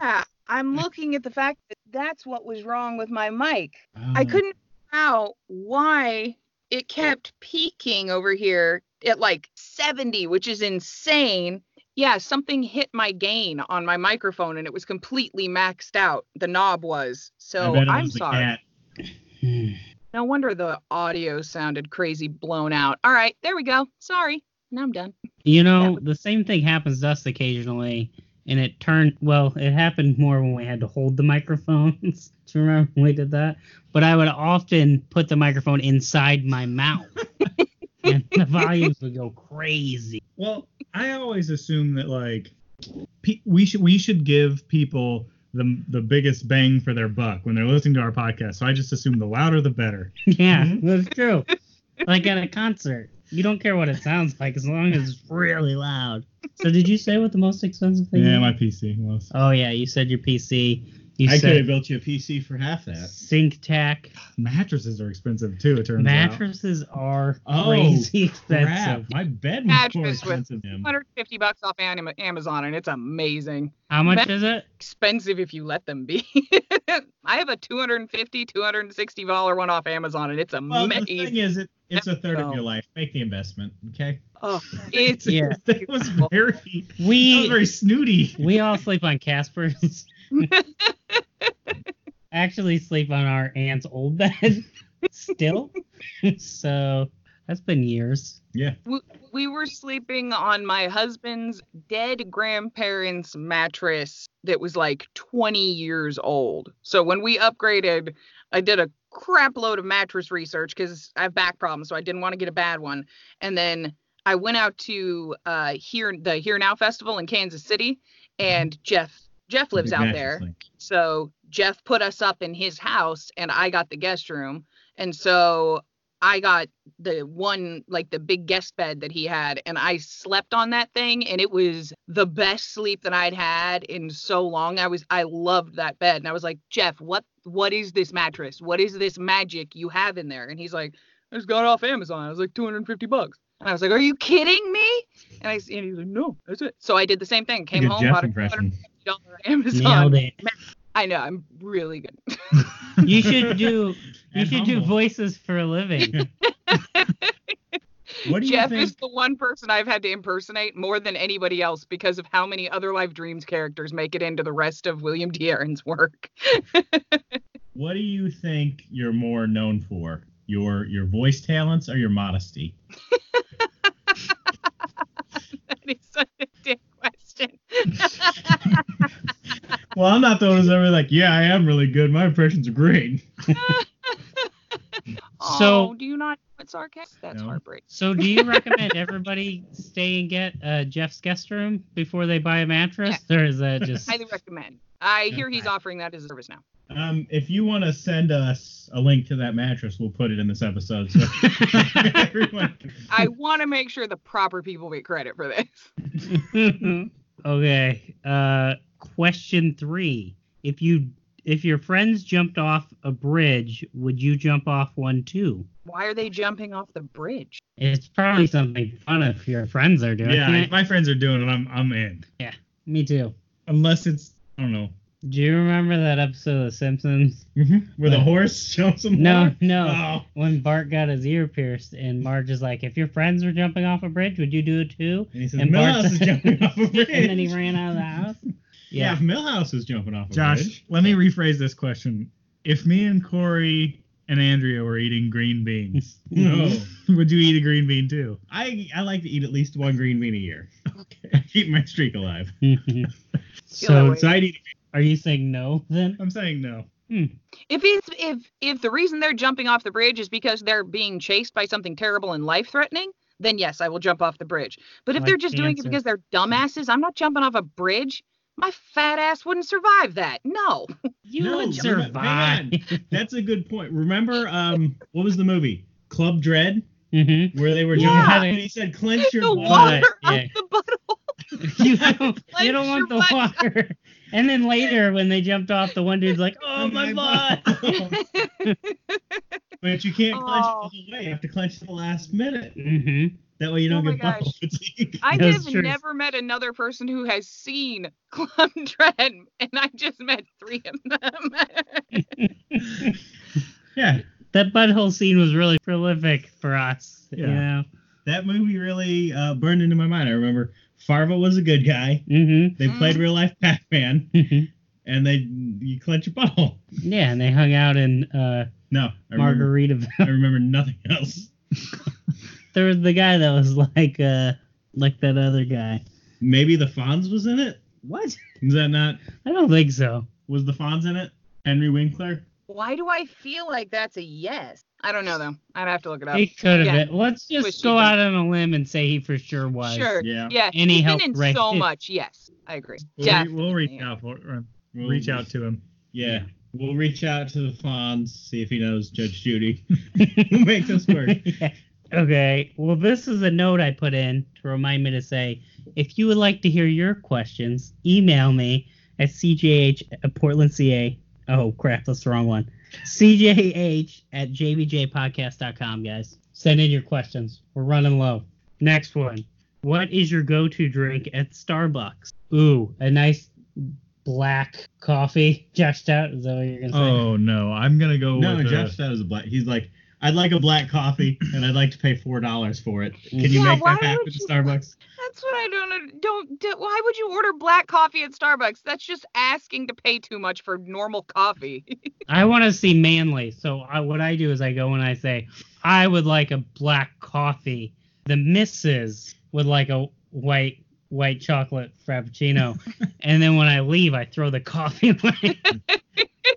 Speaker 1: Yeah, I'm looking at the fact that that's what was wrong with my mic.
Speaker 5: Oh.
Speaker 1: I couldn't figure out why it kept peaking over here at like 70, which is insane. Yeah, something hit my gain on my microphone and it was completely maxed out. The knob was. So
Speaker 5: I bet it
Speaker 1: I'm
Speaker 5: was the
Speaker 1: sorry.
Speaker 5: cat.
Speaker 1: No wonder the audio sounded crazy blown out. All right, there we go. Sorry. Now I'm done.
Speaker 2: You know, the same thing happens to us occasionally, and it turned well, it happened more when we had to hold the microphones. Do you remember when we did that? But I would often put the microphone inside my mouth, and the volumes would go crazy.
Speaker 3: Well, I always assume that like pe- we should we should give people the the biggest bang for their buck when they're listening to our podcast. So I just assume the louder the better.
Speaker 2: Yeah, that's true. Like at a concert, you don't care what it sounds like as long as it's really loud. So, did you say what the most expensive thing?
Speaker 1: Mm-hmm.
Speaker 3: Yeah,
Speaker 2: is?
Speaker 3: my PC was.
Speaker 2: Oh yeah, you said your PC. You
Speaker 5: I could have
Speaker 2: said
Speaker 5: built you a PC for half that.
Speaker 2: sync tac.
Speaker 3: Mattresses are expensive too. It turns out.
Speaker 2: Mattresses are
Speaker 5: Oh,
Speaker 2: crazy
Speaker 5: Crap,
Speaker 2: expensive.
Speaker 5: my bed was more
Speaker 1: Mattress with-
Speaker 5: expensive. than-
Speaker 1: 150 bucks off Anim- Amazon and it's amazing.
Speaker 2: How much
Speaker 1: Matt-
Speaker 2: is it?
Speaker 1: expensive if you let them be. I have a 250 260 dollar one off Amazon and it's
Speaker 5: Well,
Speaker 1: amazing.
Speaker 5: the thing is, it, it's a third of your
Speaker 1: Oh.
Speaker 5: life. Make the investment, okay?
Speaker 1: oh, it's
Speaker 2: Yeah.
Speaker 3: That was very that was
Speaker 2: We
Speaker 3: very snooty.
Speaker 2: we all sleep on Casper's. Actually, sleep on our aunt's old bed still. so that's been years.
Speaker 5: Yeah.
Speaker 1: we, we were sleeping on my husband's dead grandparents mattress that was like 20 years old. So when we upgraded, I did a crap load of mattress research cuz I have back problems so I didn't want to get a bad one. And then I went out to uh here the Here Now festival in Kansas City and Jeff Jeff lives
Speaker 5: Big
Speaker 1: out
Speaker 5: mattress
Speaker 1: there.
Speaker 5: thing.
Speaker 1: So Jeff put us up in his house and I got the guest room. And so I got the one, like the big guest bed that he had, and I slept on that thing and it was the best sleep that I'd had in so long. I was I loved that bed. And I was like, Jeff, what what is this mattress? What is this magic you have in there? And he's like, I just got it off Amazon. I was like 250 bucks. And I was like, Are you kidding me? And I s- and he's like, No, that's it. So I did the same thing. Came
Speaker 5: Good
Speaker 1: home,
Speaker 5: Jeff
Speaker 1: bought a
Speaker 5: impression.
Speaker 1: $250 Amazon
Speaker 2: Nailed it.
Speaker 1: I know I'm really good.
Speaker 2: You should do you
Speaker 5: And
Speaker 2: should do
Speaker 5: humble.
Speaker 2: voices for a living.
Speaker 5: What do you
Speaker 1: Jeff
Speaker 5: think?
Speaker 1: is the one person I've had to impersonate more than anybody else because of how many other Live Dreams characters make it into the rest of William D. Aaron's work.
Speaker 5: What do you think you're more known for? Your your voice talents or your modesty?
Speaker 1: that is such a dick question.
Speaker 5: Well, I'm not the one who's ever like, yeah, I am really good. My impressions are great.
Speaker 2: So-
Speaker 1: oh, do you not know it's sarcasm? That's
Speaker 5: No.
Speaker 1: heartbreaking.
Speaker 2: So, do you recommend everybody stay and get uh, Jeff's guest room before they buy a mattress, or is that just
Speaker 1: Highly recommend. I hear he's
Speaker 5: Okay.
Speaker 1: offering that as a service now.
Speaker 5: Um, if you want to send us a link to that mattress, we'll put it in this episode. So everyone,
Speaker 1: I want to make sure the proper people get credit for this.
Speaker 2: okay. Uh, question three: If you if your friends jumped off a bridge, would you jump off one too?
Speaker 1: Why are they jumping off the bridge?
Speaker 2: It's probably something fun if your friends are doing
Speaker 5: yeah,
Speaker 2: it.
Speaker 5: if my friends are doing it, I'm I'm in.
Speaker 2: Me too.
Speaker 5: Unless it's I don't know,
Speaker 2: Do you remember that episode of The Simpsons?
Speaker 5: where the
Speaker 2: What?
Speaker 5: horse jumps in the
Speaker 2: No,
Speaker 5: water?
Speaker 2: no.
Speaker 5: Oh.
Speaker 2: When Bart got his ear pierced, and Marge is like, "If your friends were jumping off a bridge, would you do it too?"
Speaker 5: And he says,
Speaker 2: And Bart-
Speaker 5: Millhouse is jumping off a bridge.
Speaker 2: And then he ran out of the house.
Speaker 5: yeah.
Speaker 2: Yeah.
Speaker 5: if Millhouse is jumping off a
Speaker 3: Josh,
Speaker 5: bridge.
Speaker 3: let me rephrase this question. If me and Corey and Andrea were eating green beans,
Speaker 5: No.
Speaker 3: would you eat a green bean too?
Speaker 5: Oh. I I like to eat at least one green bean a year. Keep my streak alive.
Speaker 2: so,
Speaker 1: way.
Speaker 5: So I eat.
Speaker 2: are you saying no then?
Speaker 3: I'm saying no.
Speaker 1: If it's if if the reason they're jumping off the bridge is because they're being chased by something terrible and life threatening, then yes, I will jump off the bridge. But if
Speaker 2: Like
Speaker 1: they're just doing it
Speaker 2: cancer.
Speaker 1: because they're dumbasses, I'm not jumping off a bridge. My fat ass wouldn't survive that. No.
Speaker 2: You
Speaker 5: No,
Speaker 2: would
Speaker 5: you're
Speaker 2: survive.
Speaker 5: not- That's a good point. Remember, um, what was the movie? Club Dread,
Speaker 2: hmm
Speaker 5: where they were doing
Speaker 1: Yeah.
Speaker 5: and he said, "Clench your
Speaker 1: the
Speaker 5: wallet."
Speaker 1: water up
Speaker 2: yeah.
Speaker 1: the butthole.
Speaker 2: You don't,
Speaker 1: Like,
Speaker 2: you don't want the
Speaker 1: survive.
Speaker 2: water. And then later, when they jumped off, the one dude's like, "Oh my butt!"
Speaker 5: but you can't clench
Speaker 1: Oh.
Speaker 5: all the way. You have to clench the last minute.
Speaker 2: hmm
Speaker 5: That way you don't
Speaker 1: Oh my
Speaker 5: get bubble
Speaker 1: gosh.
Speaker 5: fatigue.
Speaker 1: I
Speaker 2: That's
Speaker 1: have
Speaker 2: true.
Speaker 1: never met another person who has seen Club Dread, and I just met three of them.
Speaker 5: yeah,
Speaker 2: That butthole scene was really prolific for us. You
Speaker 5: Yeah.
Speaker 2: know.
Speaker 5: that movie really uh, burned into my mind. I remember Farva was a good guy.
Speaker 2: Mm-hmm.
Speaker 5: They played
Speaker 1: Mhm.
Speaker 5: real life Pac-Man, and they you clench your butthole.
Speaker 2: yeah, and they hung out in uh,
Speaker 5: No, I remember,
Speaker 2: Margaritaville.
Speaker 5: I remember nothing else.
Speaker 2: there was the guy that was like uh like that other guy.
Speaker 5: Maybe the Fonz was in it.
Speaker 2: What?
Speaker 5: Is that not?
Speaker 2: I don't think so.
Speaker 5: Was the Fonz in it? Henry Winkler.
Speaker 1: Why do I feel like that's a yes? I don't know though. I'd have to look it up.
Speaker 2: It could have
Speaker 1: Yeah.
Speaker 2: been. Let's just
Speaker 1: Wish
Speaker 2: go
Speaker 1: he
Speaker 2: out on a limb and say he for sure was.
Speaker 1: Sure.
Speaker 5: Yeah.
Speaker 1: Yeah.
Speaker 2: And he
Speaker 1: he's
Speaker 2: helped
Speaker 1: been in
Speaker 2: write
Speaker 1: so
Speaker 2: it.
Speaker 1: much. Yes, I agree.
Speaker 3: We'll,
Speaker 1: Yeah.
Speaker 3: re- we'll reach out for or
Speaker 5: We'll-
Speaker 3: reach out to him.
Speaker 5: Yeah. We'll reach out to the Fonz, see if he knows Judge Judy. we'll make this work.
Speaker 2: Yeah. Okay. Well, this is a note I put in to remind me to say if you would like to hear your questions, email me at cjh at Portland CA. Oh, crap. That's the wrong one. cjh at jbjpodcast.com, guys. Send in your questions. We're running low. Next one. What is your go to drink at Starbucks? Ooh, a nice black coffee. Josh out. Is that what you're going to say?
Speaker 3: Oh no, I'm gonna go
Speaker 5: No,
Speaker 3: with
Speaker 5: Josh that was a black. He's like, I'd like a black coffee, and I'd like to pay four dollars for it. Can you
Speaker 1: Yeah,
Speaker 5: make
Speaker 1: why
Speaker 5: that happen
Speaker 1: would
Speaker 5: at
Speaker 1: you-
Speaker 5: Starbucks?
Speaker 1: That's what I don't under- don't. do- Why would you order black coffee at Starbucks? That's just asking to pay too much for normal coffee.
Speaker 2: I want to see manly. So I, what I do is I go and I say, I would like a black coffee. The missus would like a white white chocolate frappuccino. and then when I leave, I throw the coffee away.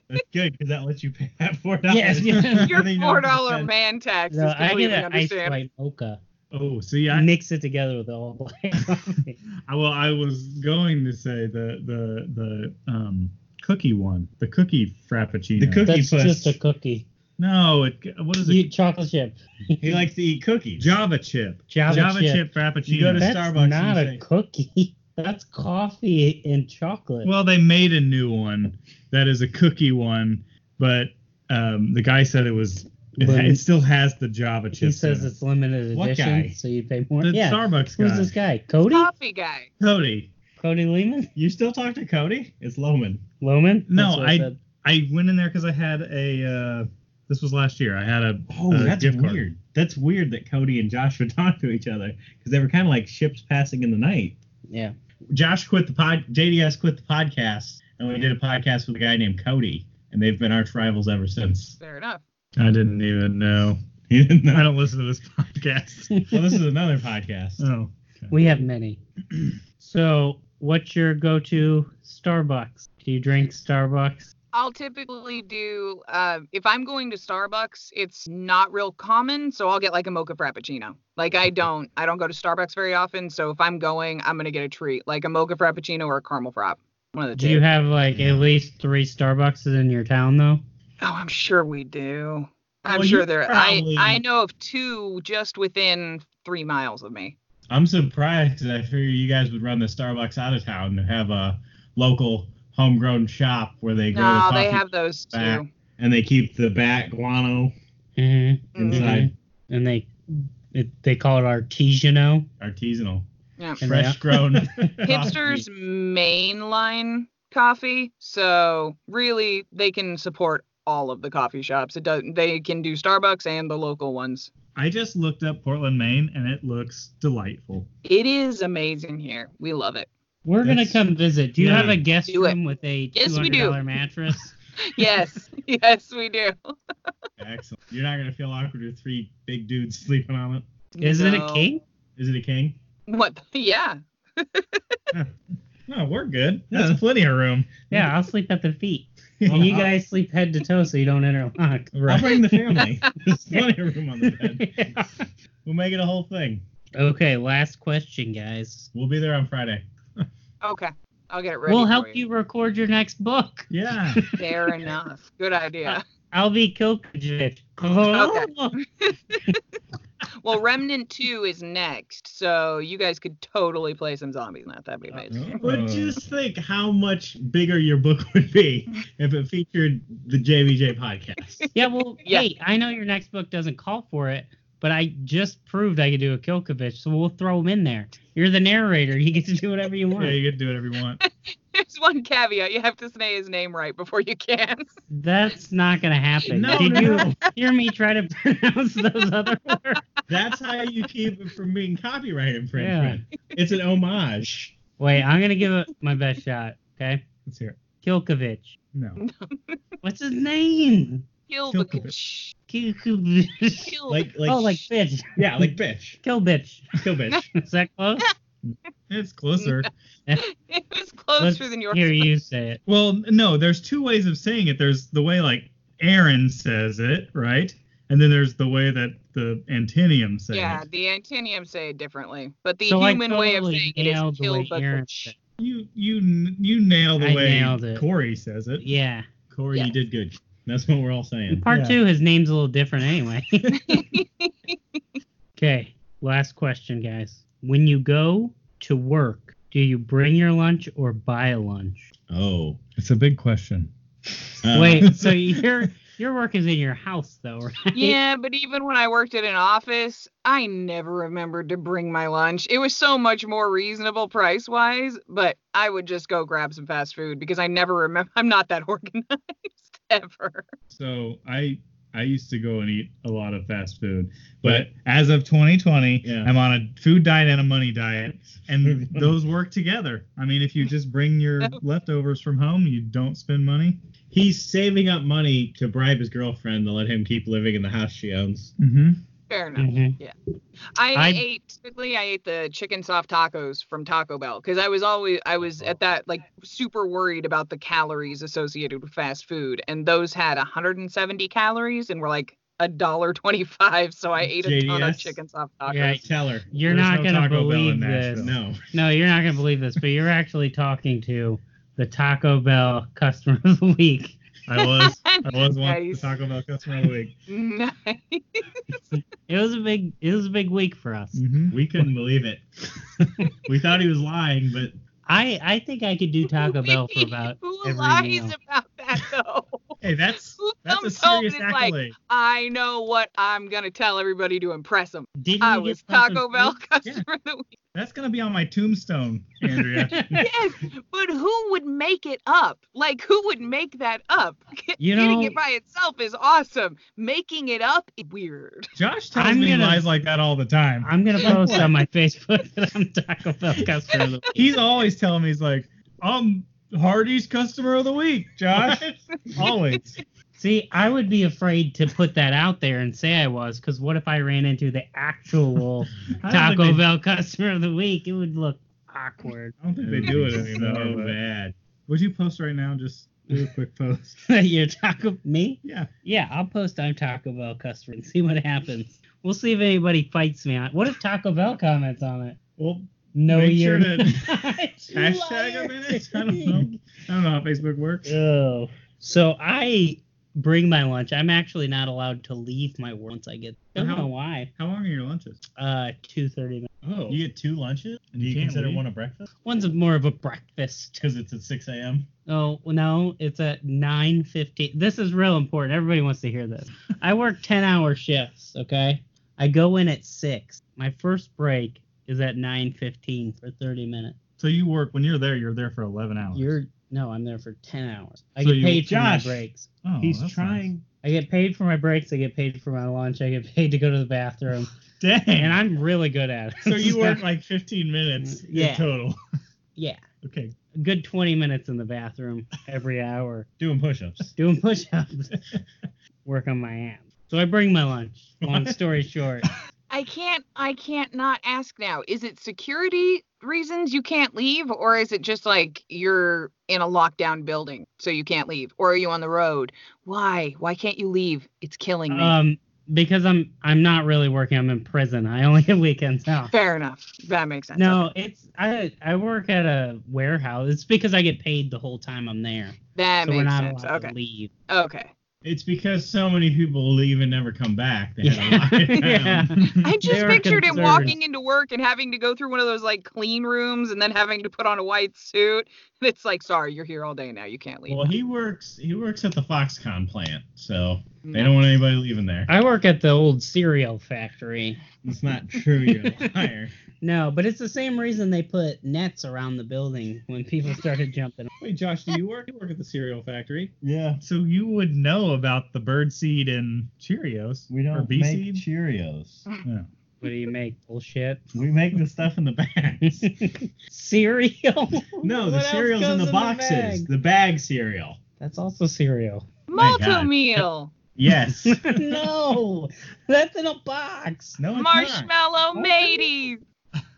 Speaker 5: That's good because that lets you pay that four dollars.
Speaker 2: Yes, yes.
Speaker 1: Your four dollar man tax
Speaker 2: so
Speaker 1: is
Speaker 2: I get
Speaker 1: completely
Speaker 2: an ice
Speaker 1: understandable.
Speaker 2: white mocha.
Speaker 3: Oh, see, I
Speaker 2: Mix it together with all black coffee.
Speaker 3: I- well, I was going to say the the the um cookie one, the cookie frappuccino.
Speaker 5: The cookie-
Speaker 2: That's
Speaker 5: puss.
Speaker 2: just a cookie.
Speaker 3: No, it what is it?
Speaker 2: You, chocolate chip.
Speaker 5: He likes to eat cookies.
Speaker 3: Java chip.
Speaker 2: Java, chip.
Speaker 3: frappuccino.
Speaker 5: You go to
Speaker 2: That's
Speaker 5: Starbucks and
Speaker 2: not a
Speaker 5: say-
Speaker 2: cookie. That's coffee and chocolate.
Speaker 3: Well, they made a new one that is a cookie one, but um, the guy said it was. It,
Speaker 2: But-
Speaker 3: it still has the Java chip.
Speaker 2: he says it's limited edition,
Speaker 5: What guy?
Speaker 2: so you pay more.
Speaker 3: the
Speaker 2: yeah.
Speaker 3: Starbucks guy.
Speaker 2: Who's this guy? Cody?
Speaker 1: Coffee guy.
Speaker 5: Cody.
Speaker 2: Cody Lehman?
Speaker 5: You still talk to Cody? It's Loman.
Speaker 2: Loman?
Speaker 3: No,
Speaker 2: That's what
Speaker 3: I-
Speaker 2: said.
Speaker 3: I went in there because I had a. Uh, this was last year. I had a.
Speaker 5: Oh,
Speaker 3: a
Speaker 5: that's
Speaker 3: gift
Speaker 5: weird.
Speaker 3: card.
Speaker 5: That's weird that Cody and Josh would talk to each other because they were kind of like ships passing in the night.
Speaker 2: Yeah.
Speaker 5: Josh quit the pod. JDS quit the podcast, and we did a podcast with a guy named Cody, and they've been arch rivals ever since.
Speaker 1: Fair enough.
Speaker 3: I didn't even know.
Speaker 5: You didn't
Speaker 3: I
Speaker 5: know?
Speaker 3: don't listen to this podcast.
Speaker 5: well, this is another podcast.
Speaker 3: oh,
Speaker 2: We have many. so what's your go-to Starbucks? Do you drink Starbucks?
Speaker 1: I'll typically do uh, if I'm going to Starbucks, it's not real common, so I'll get like a mocha frappuccino. Like I don't, I don't go to Starbucks very often, so if I'm going, I'm gonna get a treat, like a mocha frappuccino or a caramel frap, one of the
Speaker 2: Do
Speaker 1: two.
Speaker 2: you have like at least three Starbucks in your town though?
Speaker 1: oh, I'm sure we do. I'm
Speaker 5: Well,
Speaker 1: sure
Speaker 5: you
Speaker 1: there.
Speaker 5: probably-
Speaker 1: I I know of two just within three miles of me.
Speaker 5: I'm surprised. 'cause I figure you guys would run the Starbucks out of town and have a local homegrown shop where they grow the
Speaker 1: No,
Speaker 5: coffee
Speaker 1: they have those
Speaker 5: back.
Speaker 1: too.
Speaker 5: and they keep the back guano
Speaker 2: Mm-hmm.
Speaker 1: Mhm.
Speaker 5: inside
Speaker 2: And they it, they call it artisanal.
Speaker 5: artisanal,
Speaker 1: Yeah.
Speaker 2: And
Speaker 5: fresh grown.
Speaker 1: Hipsters mainline coffee, so really they can support all of the coffee shops. It does. They can do Starbucks and the local ones.
Speaker 3: I just looked up Portland, Maine, and it looks delightful.
Speaker 1: It is amazing here. We love it.
Speaker 2: We're gonna
Speaker 5: That's-
Speaker 2: come visit. Do you
Speaker 5: Yeah.
Speaker 2: have a guest
Speaker 1: Do it.
Speaker 2: room with a two
Speaker 1: Yes, we
Speaker 2: hundred
Speaker 1: do.
Speaker 2: dollar mattress?
Speaker 1: Yes, yes, we do.
Speaker 5: Excellent. You're not gonna feel awkward with three big dudes sleeping on it.
Speaker 2: Is it a
Speaker 1: No.
Speaker 2: king?
Speaker 5: Is it a king?
Speaker 1: What? Yeah.
Speaker 5: No, we're good.
Speaker 3: That's plenty of room.
Speaker 2: Yeah, I'll sleep at the feet. And you guys sleep head to toe so you don't interlock.
Speaker 5: I'll bring the family. There's plenty of room on the bed.
Speaker 2: Yeah.
Speaker 5: We'll make it a whole thing.
Speaker 2: Okay, last question, guys.
Speaker 5: We'll be there on Friday.
Speaker 1: Okay. I'll get it ready.
Speaker 2: we'll
Speaker 1: for
Speaker 2: help you record your next book.
Speaker 5: Yeah.
Speaker 1: Fair enough. Good idea.
Speaker 2: I'll be Kilkajit. Oh.
Speaker 1: Well, Remnant Two is next, so you guys could totally play some zombies in that. That'd
Speaker 2: Uh,
Speaker 1: be amazing.
Speaker 5: But
Speaker 3: Mm.
Speaker 5: just think how much bigger your book would be if it featured the JVJ podcast.
Speaker 2: Yeah, well,
Speaker 1: Yeah.
Speaker 2: hey, I know your next book doesn't call for it, but I just proved I could do a Kilkovich, so we'll throw him in there. You're the narrator. You get to do whatever you
Speaker 5: Yeah,
Speaker 2: want.
Speaker 5: you can do whatever you want.
Speaker 1: There's one caveat: you have to say his name right before you can.
Speaker 2: That's not going to happen.
Speaker 5: No,
Speaker 2: Did
Speaker 5: no,
Speaker 2: you
Speaker 5: no.
Speaker 2: hear me try to pronounce those other words?
Speaker 5: That's how you keep it from being copyright infringement. It's an homage.
Speaker 2: Wait, I'm going to give it my best shot, okay?
Speaker 3: Let's hear it.
Speaker 2: Kilkovich.
Speaker 3: No.
Speaker 2: What's his name?
Speaker 1: Kill
Speaker 3: Kill
Speaker 1: the
Speaker 3: the
Speaker 1: bitch.
Speaker 2: Kilkovich.
Speaker 1: Kill the-
Speaker 5: Like like
Speaker 2: oh, like bitch.
Speaker 5: yeah, like bitch.
Speaker 2: Kill bitch.
Speaker 5: Kill bitch.
Speaker 2: Is that close?
Speaker 3: It's closer.
Speaker 1: it was closer than yours.
Speaker 2: Here, you say it.
Speaker 3: well, no, there's two ways of saying it. There's the way like Aaron says it, right? And then there's the way that the Antinium says
Speaker 1: yeah,
Speaker 3: it.
Speaker 1: the antinium say it differently, but the
Speaker 2: So I
Speaker 1: human way of
Speaker 2: totally
Speaker 1: saying it
Speaker 2: nailed
Speaker 1: is
Speaker 2: the
Speaker 1: kill
Speaker 2: way
Speaker 1: the
Speaker 2: Aaron
Speaker 1: bitch.
Speaker 2: said it.
Speaker 3: You you you nail the
Speaker 2: I
Speaker 3: way
Speaker 2: nailed it.
Speaker 3: Corey says it.
Speaker 2: Yeah.
Speaker 5: Corey, you
Speaker 1: Yes.
Speaker 5: did good. That's what we're all
Speaker 2: In
Speaker 5: saying.
Speaker 2: part
Speaker 3: Yeah.
Speaker 2: two, his name's a little different anyway. okay, last question, guys. When you go to work, do you bring your lunch or buy a lunch?
Speaker 5: Oh.
Speaker 3: It's a big question.
Speaker 5: Uh,
Speaker 2: Wait, so your your work is in your house though, right?
Speaker 1: Yeah, but even when I worked at an office, I never remembered to bring my lunch. It was so much more reasonable price wise, but I would just go grab some fast food because I never remember. I'm not that organized ever.
Speaker 3: So I I used to go and eat a lot of fast food, but as of 2020,
Speaker 5: Yeah.
Speaker 3: I'm on a food diet and a money diet, and those work together. I mean, if you just bring your leftovers from home, you don't spend money.
Speaker 5: He's saving up money to bribe his girlfriend to let him keep living in the house she owns.
Speaker 3: Mm-hmm.
Speaker 1: Fair enough.
Speaker 2: Mhm.
Speaker 1: I,
Speaker 2: I-
Speaker 1: ate typically I ate the chicken soft tacos from Taco Bell because I was always I was at that like super worried about the calories associated with fast food, and those had 170 calories and were like a dollar 25. So I ate a ton of
Speaker 5: JDS?
Speaker 1: chicken soft tacos.
Speaker 2: Yeah.
Speaker 5: Tell her.
Speaker 2: You're
Speaker 3: There's
Speaker 2: not
Speaker 3: no
Speaker 2: gonna
Speaker 3: Taco Bell
Speaker 2: believe
Speaker 3: in Nashville.
Speaker 2: this.
Speaker 5: No.
Speaker 2: No, you're not gonna believe this, but you're actually talking to the Taco Bell customer of the week.
Speaker 3: I was I was once
Speaker 1: Nice.
Speaker 3: the Taco Bell customer of the week.
Speaker 1: Nice.
Speaker 2: It was a big it was a big week for us.
Speaker 3: Mm-hmm.
Speaker 5: We couldn't believe it. we thought he was lying, but
Speaker 2: I I think I could do Taco Bell for about
Speaker 1: Who
Speaker 2: every
Speaker 1: lies
Speaker 2: meal.
Speaker 1: about that though?
Speaker 3: Hey, that's
Speaker 1: Who
Speaker 3: that's a
Speaker 1: comes home
Speaker 3: serious
Speaker 1: and is like,
Speaker 3: accolade.
Speaker 1: I know what I'm gonna tell everybody to impress them.
Speaker 2: Didn't
Speaker 1: I
Speaker 2: you get
Speaker 1: was
Speaker 2: something
Speaker 1: Taco
Speaker 2: free?
Speaker 1: Bell customer of the week.
Speaker 3: That's gonna be on my tombstone, Andrea.
Speaker 1: Yes, but who would make it up? Like, who would make that up?
Speaker 2: You
Speaker 1: Getting
Speaker 2: know-
Speaker 1: it by itself is awesome. Making it up is weird.
Speaker 3: Josh tells
Speaker 2: I'm
Speaker 3: me
Speaker 2: gonna-
Speaker 3: lies like that all the time.
Speaker 2: I'm gonna post
Speaker 5: what?
Speaker 2: on my Facebook that I'm Taco Bell customer. of the week.
Speaker 3: He's always telling me he's like, I'm Hardy's customer of the week, Josh. always.
Speaker 2: See, I would be afraid to put that out there and say I was, because what if I ran into the actual
Speaker 3: I don't think
Speaker 2: Taco
Speaker 3: they-
Speaker 2: Bell customer of the week? It would look awkward.
Speaker 3: I don't think they do it
Speaker 5: It'd be
Speaker 3: anymore.
Speaker 5: So
Speaker 3: but-
Speaker 5: bad.
Speaker 3: Would you post right now? Just do a quick post.
Speaker 2: Your Taco me?
Speaker 3: Yeah.
Speaker 2: Yeah, I'll post I'm Taco Bell customer and see what happens. We'll see if anybody fights me on. What if Taco Bell comments on it?
Speaker 3: Well,
Speaker 2: No,
Speaker 3: Make
Speaker 2: you're
Speaker 3: sure to
Speaker 2: not.
Speaker 3: hashtag a minute. I don't know. I don't know how Facebook works.
Speaker 2: Oh, so I bring my lunch. I'm actually not allowed to leave my work once I get. I don't
Speaker 3: How-
Speaker 2: know why.
Speaker 3: How long are your lunches?
Speaker 2: Uh, two thirty.
Speaker 5: Oh. You get two lunches?
Speaker 3: And
Speaker 5: Do
Speaker 3: you
Speaker 5: you
Speaker 3: can't
Speaker 5: consider
Speaker 3: leave?
Speaker 5: one a breakfast?
Speaker 2: One's more of a breakfast.
Speaker 5: Because it's at 6 a.m.
Speaker 2: Oh well, no, it's at nine fifteen. This is real important. Everybody wants to hear this. I work ten hour shifts. Okay, I go in at six. My first break is at nine fifteen for thirty minutes.
Speaker 3: So you work when you're there. You're there for 11 hours.
Speaker 2: You're no, I'm there for ten hours. I
Speaker 3: So
Speaker 2: get
Speaker 3: you-
Speaker 2: paid for
Speaker 5: Josh.
Speaker 2: my breaks.
Speaker 3: Oh,
Speaker 5: He's
Speaker 3: that's
Speaker 5: trying.
Speaker 2: I get paid for my breaks. I get paid for my lunch. I get paid to go to the bathroom.
Speaker 5: Dang.
Speaker 2: and I'm really good at it.
Speaker 5: so you work like 15 minutes
Speaker 2: Yeah.
Speaker 5: in total.
Speaker 2: yeah,
Speaker 5: Okay.
Speaker 2: a good 20 minutes in the bathroom every hour
Speaker 5: Doing push ups.
Speaker 2: doing push-ups, work on my abs. So I bring my lunch. Long story short,
Speaker 1: I can't I can't not ask now. Is it security reasons you can't leave or is it just like you're in a lockdown building so you can't leave or are you on the road? Why? Why can't you leave? It's killing me.
Speaker 2: um, because I'm I'm not really working. I'm in prison. I only have weekends off.
Speaker 1: Fair enough. That makes sense.
Speaker 2: No, it's I I work at a warehouse. It's because I get paid the whole time I'm there,
Speaker 1: That
Speaker 2: so we're
Speaker 1: makes
Speaker 2: not
Speaker 1: sense.
Speaker 2: allowed
Speaker 1: Okay.
Speaker 2: to leave.
Speaker 1: Okay.
Speaker 5: It's because so many people leave and never come back. They
Speaker 2: Yeah.
Speaker 5: had a lot
Speaker 2: Yeah.
Speaker 5: Um,
Speaker 1: I
Speaker 2: They
Speaker 1: just
Speaker 2: are
Speaker 1: pictured him
Speaker 2: conservative.
Speaker 1: walking into work and having to go through one of those like clean rooms and then having to put on a white suit. It's like, sorry, you're here all day now. You can't leave.
Speaker 5: Well, he works. He works at the Foxconn plant, so they
Speaker 1: No.
Speaker 5: don't want anybody leaving there.
Speaker 2: I work at the old cereal factory.
Speaker 5: It's not true. You're a liar.
Speaker 2: No, but it's the same reason they put nets around the building when people started jumping.
Speaker 3: Wait, Josh, do you work? You work at the cereal factory.
Speaker 5: Yeah.
Speaker 3: So you would know about the bird seed and Cheerios.
Speaker 5: We
Speaker 3: or
Speaker 5: don't
Speaker 3: bee
Speaker 5: make
Speaker 3: seed.
Speaker 5: Cheerios.
Speaker 2: What do you make? Bullshit.
Speaker 5: We make the stuff in the bags.
Speaker 2: cereal.
Speaker 5: No, the
Speaker 2: What else
Speaker 5: cereal's
Speaker 2: goes
Speaker 5: in the
Speaker 2: bag?
Speaker 5: boxes. The, bag cereal.
Speaker 2: That's also cereal.
Speaker 5: My God.
Speaker 1: Multi meal,
Speaker 5: Yes.
Speaker 2: no, that's in a box.
Speaker 5: no, it's not.
Speaker 1: marshmallow mateys.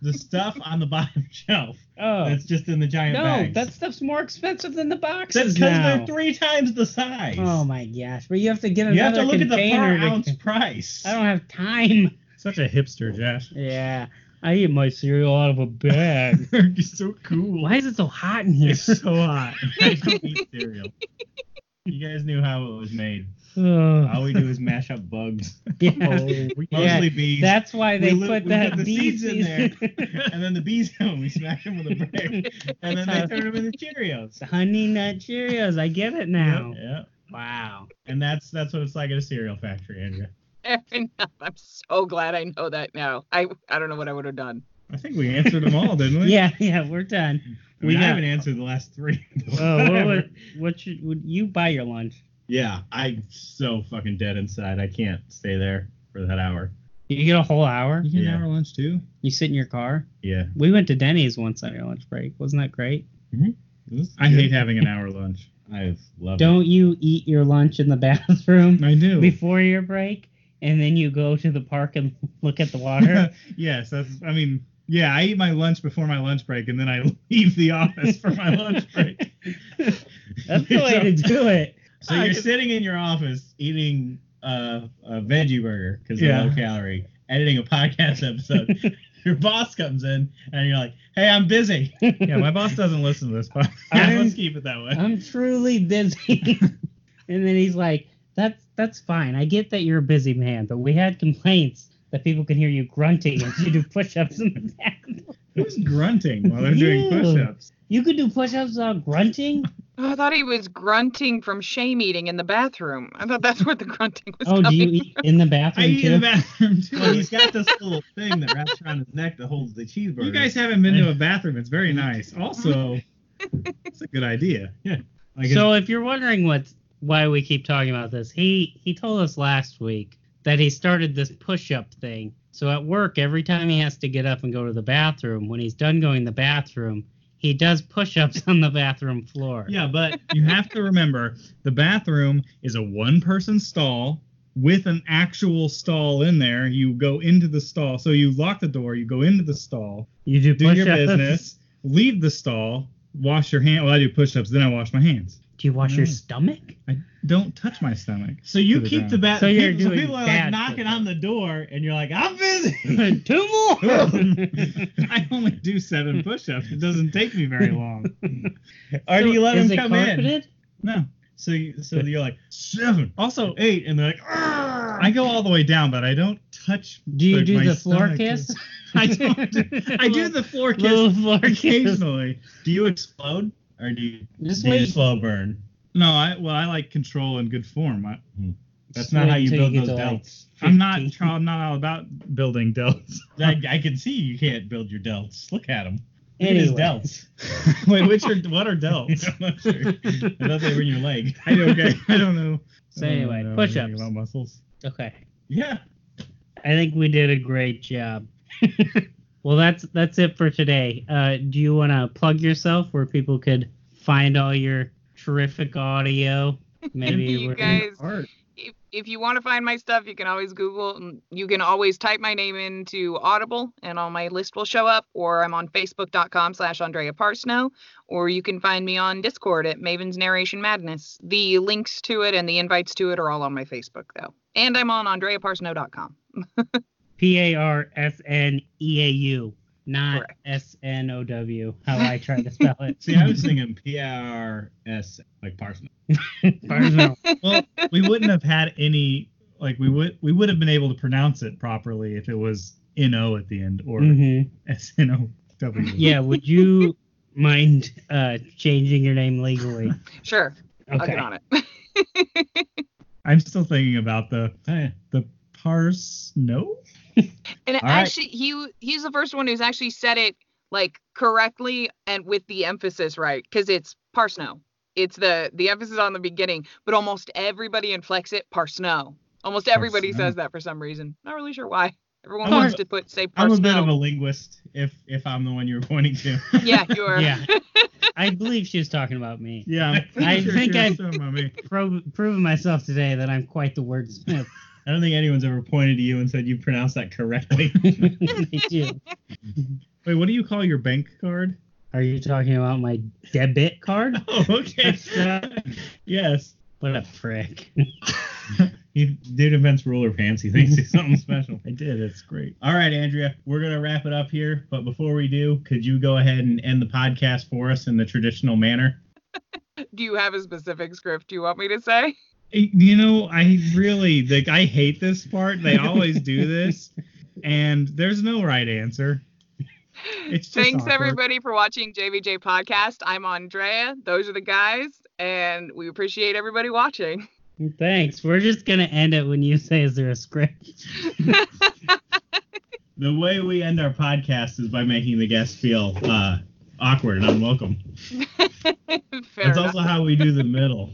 Speaker 5: The stuff on the bottom shelf.
Speaker 2: Oh
Speaker 5: That's just in the giant
Speaker 2: no,
Speaker 5: bags.
Speaker 2: that stuff's more expensive than the
Speaker 5: that's
Speaker 2: boxes
Speaker 5: because
Speaker 2: now.
Speaker 5: they're three times the size.
Speaker 2: oh my gosh! But you have to get
Speaker 5: you have
Speaker 2: another
Speaker 5: to look at the
Speaker 2: container.
Speaker 5: per
Speaker 2: to-
Speaker 5: ounce price.
Speaker 2: I don't have time.
Speaker 3: Such a hipster, Josh.
Speaker 2: Yeah, I eat my cereal out of a bag.
Speaker 5: it's so cool.
Speaker 2: Why is it so hot in here?
Speaker 3: It's so hot.
Speaker 5: I don't eat cereal. You guys knew how it was made.
Speaker 2: Ugh.
Speaker 5: All we do is mash up bugs,
Speaker 2: oh, yeah.
Speaker 3: we-
Speaker 2: Oh, Yeah,
Speaker 5: mostly bees.
Speaker 2: That's why they
Speaker 5: we li-
Speaker 2: put
Speaker 5: we
Speaker 2: that
Speaker 5: put the
Speaker 2: bee
Speaker 5: seeds in there, and then the bees come. We smash them with a brick, and then they turn them into Cheerios.
Speaker 2: Honey Nut Cheerios. I get it now.
Speaker 5: Yeah,
Speaker 2: Wow.
Speaker 5: and that's that's what it's like at a cereal factory, Andrea.
Speaker 1: Fair enough. I'm so glad I know that now. I I don't know what I would have done.
Speaker 5: I think we answered them all, didn't we?
Speaker 2: Yeah, yeah, we're done.
Speaker 5: I mean,
Speaker 2: we
Speaker 5: I
Speaker 2: got-
Speaker 5: haven't answered the last three. but
Speaker 2: Oh, what,
Speaker 5: whatever.
Speaker 2: would, what should, would you buy your lunch?
Speaker 5: Yeah, I'm so fucking dead inside. I can't stay there for that hour.
Speaker 2: You get a whole hour.
Speaker 3: You get
Speaker 5: Yeah.
Speaker 3: an hour lunch too.
Speaker 2: You sit in your car.
Speaker 5: Yeah,
Speaker 2: We went to Denny's once on your lunch break. Wasn't that great?
Speaker 5: This is
Speaker 3: I
Speaker 5: good.
Speaker 3: hate having an hour lunch.
Speaker 5: I love
Speaker 2: Don't you eat your lunch in the bathroom
Speaker 3: I do.
Speaker 2: before your break, and then you go to the park and look at the water?
Speaker 3: yes, that's. I mean, yeah, I eat my lunch before my lunch break, and then I leave the office for my lunch break.
Speaker 2: That's the way to do it.
Speaker 5: So
Speaker 3: I
Speaker 5: you're
Speaker 3: could-
Speaker 5: sitting in your office eating uh, a veggie burger because
Speaker 3: Yeah.
Speaker 5: they're low calorie, editing a podcast episode. your boss comes in and you're like, "Hey, I'm busy."
Speaker 3: Yeah, my boss doesn't listen to this podcast.
Speaker 2: I'm-
Speaker 3: Let's keep it that way.
Speaker 2: I'm truly busy. and then he's like, "That's that's fine. I get that you're a busy man, but we had complaints that people can hear you grunting as you do push-ups in the bathroom.
Speaker 3: Who's grunting while they're doing
Speaker 2: You.
Speaker 3: push-ups?
Speaker 2: You could do push-ups without grunting?
Speaker 1: Oh, I thought he was grunting from shame eating in the bathroom. I thought that's where the grunting was
Speaker 2: Oh, do
Speaker 1: coming.
Speaker 2: you eat in the bathroom
Speaker 3: I eat
Speaker 2: too?
Speaker 3: in the bathroom too.
Speaker 5: well, he's got this little thing that wraps around his neck that holds the cheeseburger.
Speaker 3: You guys haven't been to a bathroom. It's very nice.
Speaker 5: Uh-huh.
Speaker 3: Also, it's a good idea.
Speaker 5: like
Speaker 2: so if you're wondering what why we keep talking about this, he he told us last week that he started this push-up thing. So at work, every time he has to get up and go to the bathroom, when he's done going to the bathroom, he does push-ups on the bathroom floor.
Speaker 3: Yeah, but you have to remember the bathroom is a one person stall with an actual stall in there. You go into the stall. So you lock the door, you go into the stall,
Speaker 2: You do,
Speaker 3: do your
Speaker 2: push-ups.
Speaker 3: business, leave the stall, wash your hand. Well, I do push-ups, then I wash my hands.
Speaker 2: Do you wash your
Speaker 3: No.
Speaker 2: stomach?
Speaker 3: I don't touch my stomach.
Speaker 5: So you
Speaker 3: To the
Speaker 5: keep the
Speaker 3: ground.
Speaker 5: bat.
Speaker 2: So you're
Speaker 5: people, so
Speaker 2: doing
Speaker 5: people are
Speaker 2: bad
Speaker 5: like knocking
Speaker 2: things.
Speaker 5: on the door, and you're like, "I'm busy."
Speaker 2: Two more.
Speaker 3: I only do seven push-ups. It doesn't take me very long.
Speaker 5: or do you let
Speaker 2: Is
Speaker 5: them
Speaker 2: it
Speaker 5: come in?
Speaker 2: carpeted?
Speaker 3: No.
Speaker 5: So you, so you're like seven,
Speaker 3: Also,
Speaker 5: eight, and they're like, "Argh."
Speaker 3: I go all the way down, but I don't touch.
Speaker 2: Do you
Speaker 3: like,
Speaker 2: do
Speaker 3: my
Speaker 2: the floor
Speaker 3: stomach
Speaker 2: kiss?
Speaker 3: is- I don't. I do the floor kiss
Speaker 2: Little floor kiss.
Speaker 3: occasionally.
Speaker 5: Do you explode or do you
Speaker 2: Just
Speaker 5: do you
Speaker 2: wait.
Speaker 5: slow burn?
Speaker 3: No, I well, I like control and good form. I,
Speaker 5: That's
Speaker 2: Just
Speaker 5: not
Speaker 2: wait
Speaker 5: how you
Speaker 2: till
Speaker 5: build
Speaker 2: get
Speaker 5: those
Speaker 2: to, like,
Speaker 5: delts.
Speaker 3: I'm not.
Speaker 2: 15.
Speaker 3: I'm not all about building delts.
Speaker 5: I, I can see you can't build your delts. Look at him. Look at his
Speaker 2: Anyway.
Speaker 5: delts.
Speaker 3: Wait, which are what are delts?
Speaker 5: I'm not sure. I thought they were in your leg.
Speaker 3: I don't. Okay, I don't know.
Speaker 2: So
Speaker 3: I don't
Speaker 2: anyway,
Speaker 3: know
Speaker 2: push-ups.
Speaker 3: anything About muscles.
Speaker 2: Oh, Okay.
Speaker 5: Yeah.
Speaker 2: I think we did a great job. well, that's that's it for today. Uh, do you want to plug yourself where people could find all your terrific audio? Maybe
Speaker 1: You
Speaker 2: we're-
Speaker 1: guys-
Speaker 3: Art.
Speaker 1: if, if you want to find my stuff, you can always Google. and You can always type my name into Audible, and all my list will show up. Or I'm on Facebook.com slash Andrea Parsno, or you can find me on Discord at Maven's Narration Madness. The links to it and the invites to it are all on my Facebook, though. And I'm on AndreaParsno.com.
Speaker 2: P A R S N E A U, not
Speaker 1: Correct.
Speaker 2: S N O W. How I try to spell it.
Speaker 5: See, I was thinking P R S like parsnip.
Speaker 2: Parsno.
Speaker 3: Well, we wouldn't have had any. Like we would. We would have been able to pronounce it properly if it was N O at the end or
Speaker 2: Mhm.
Speaker 3: S N O W.
Speaker 2: Yeah. Would you mind uh, changing your name legally?
Speaker 1: Sure, I'll
Speaker 2: Okay.
Speaker 1: get on it.
Speaker 3: I'm still thinking about the
Speaker 5: Oh, yeah.
Speaker 3: the parse. No.
Speaker 1: And
Speaker 5: All right.
Speaker 1: actually, he he's the first one who's actually said it like correctly and with the emphasis right, because it's Parsno. It's the the emphasis on the beginning, but almost everybody inflects it Parsno. Almost everybody
Speaker 3: Parsno.
Speaker 1: says that for some reason. Not really sure why. Everyone
Speaker 5: I'm a-
Speaker 1: wants to put say
Speaker 5: I'm a bit of a
Speaker 1: Parsno.
Speaker 5: linguist. If if I'm the one you were pointing to.
Speaker 1: yeah, you are.
Speaker 2: yeah. I believe she was talking about me.
Speaker 3: Yeah. I'm pretty
Speaker 2: I
Speaker 3: sure
Speaker 2: think
Speaker 3: she was
Speaker 2: I-
Speaker 3: talking about me.
Speaker 2: Pro- proving myself today that I'm quite the wordsmith.
Speaker 5: I don't think anyone's ever pointed to you and said you pronounced that correctly.
Speaker 2: They do.
Speaker 3: Wait, what do you call your bank card?
Speaker 2: Are you talking about my debit card?
Speaker 5: oh, okay. yes.
Speaker 2: What a prick.
Speaker 5: He, dude invents ruler pants. He thinks he's something special.
Speaker 3: I did. It's great.
Speaker 5: All right, Andrea, we're going to wrap it up here. But before we do, could you go ahead and end the podcast for us in the traditional manner?
Speaker 1: Do you have a specific script you want me to say?
Speaker 3: You know, I really like. I hate this part. They always do this, and there's no right answer. It's just
Speaker 1: Thanks
Speaker 3: awkward.
Speaker 1: everybody for watching JVJ podcast. I'm Andrea. Those are the guys, and we appreciate everybody watching.
Speaker 2: Thanks. We're just going to end it when you say, is there a script?
Speaker 5: The way we end our podcast is by making the guests feel uh, awkward and unwelcome.
Speaker 1: Fair enough.
Speaker 5: That's also how we do the middle.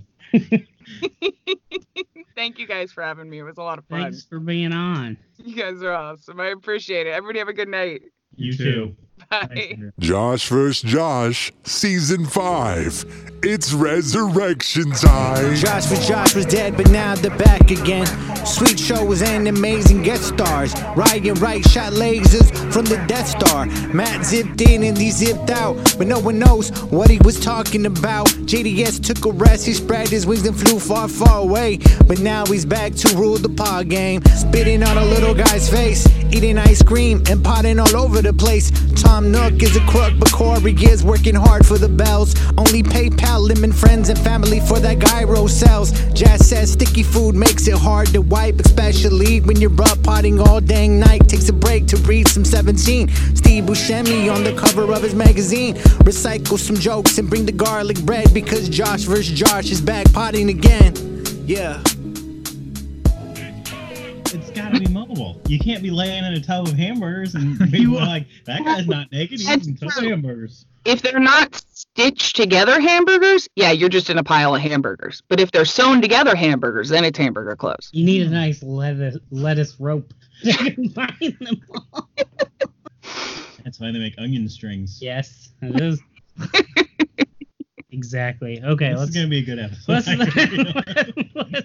Speaker 1: Thank you guys for having me. It was a lot of fun.
Speaker 2: Thanks for being on.
Speaker 1: You guys are awesome. I appreciate it. Everybody have a good night.
Speaker 5: You,
Speaker 3: You
Speaker 5: too.
Speaker 3: too.
Speaker 1: Bye.
Speaker 6: Josh vs. Josh, Season 5. It's resurrection time.
Speaker 4: Josh for Josh was dead, but now they're back again. Sweet show was an amazing guest stars. Ryan Wright shot lasers from the Death Star. Matt zipped in and he zipped out, but no one knows what he was talking about. JDS took a rest, he spread his wings and flew far, far away. But now he's back to rule the pod game. Spitting on a little guy's face, eating ice cream and potting all over the place. Tom Nook is a crook, but Corey is working hard for the bells. Only PayPal, lemon friends and family for that gyro sells. Jazz says sticky food makes it hard to wipe, especially when you're up potting all dang night. Takes a break to read some 17. Steve Buscemi on the cover of his magazine. Recycle some jokes and bring the garlic bread because Josh vs. Josh is back potting again. Yeah.
Speaker 5: It's got to be mobile. You can't be laying in a tub of hamburgers and people are like, that guy's not naked. He's
Speaker 1: That's
Speaker 5: eating tub of
Speaker 1: true.
Speaker 5: hamburgers.
Speaker 1: If they're not stitched together hamburgers, yeah, you're just in a pile of hamburgers. But if they're sewn together hamburgers, then it's hamburger clothes.
Speaker 2: You need a nice lettuce, lettuce rope to combine them all.
Speaker 5: That's why they make onion strings.
Speaker 2: Yes, it is. exactly. Okay,
Speaker 5: This
Speaker 2: let's.
Speaker 5: is going to be a good episode.
Speaker 2: let's,
Speaker 5: I can feel it.
Speaker 2: let's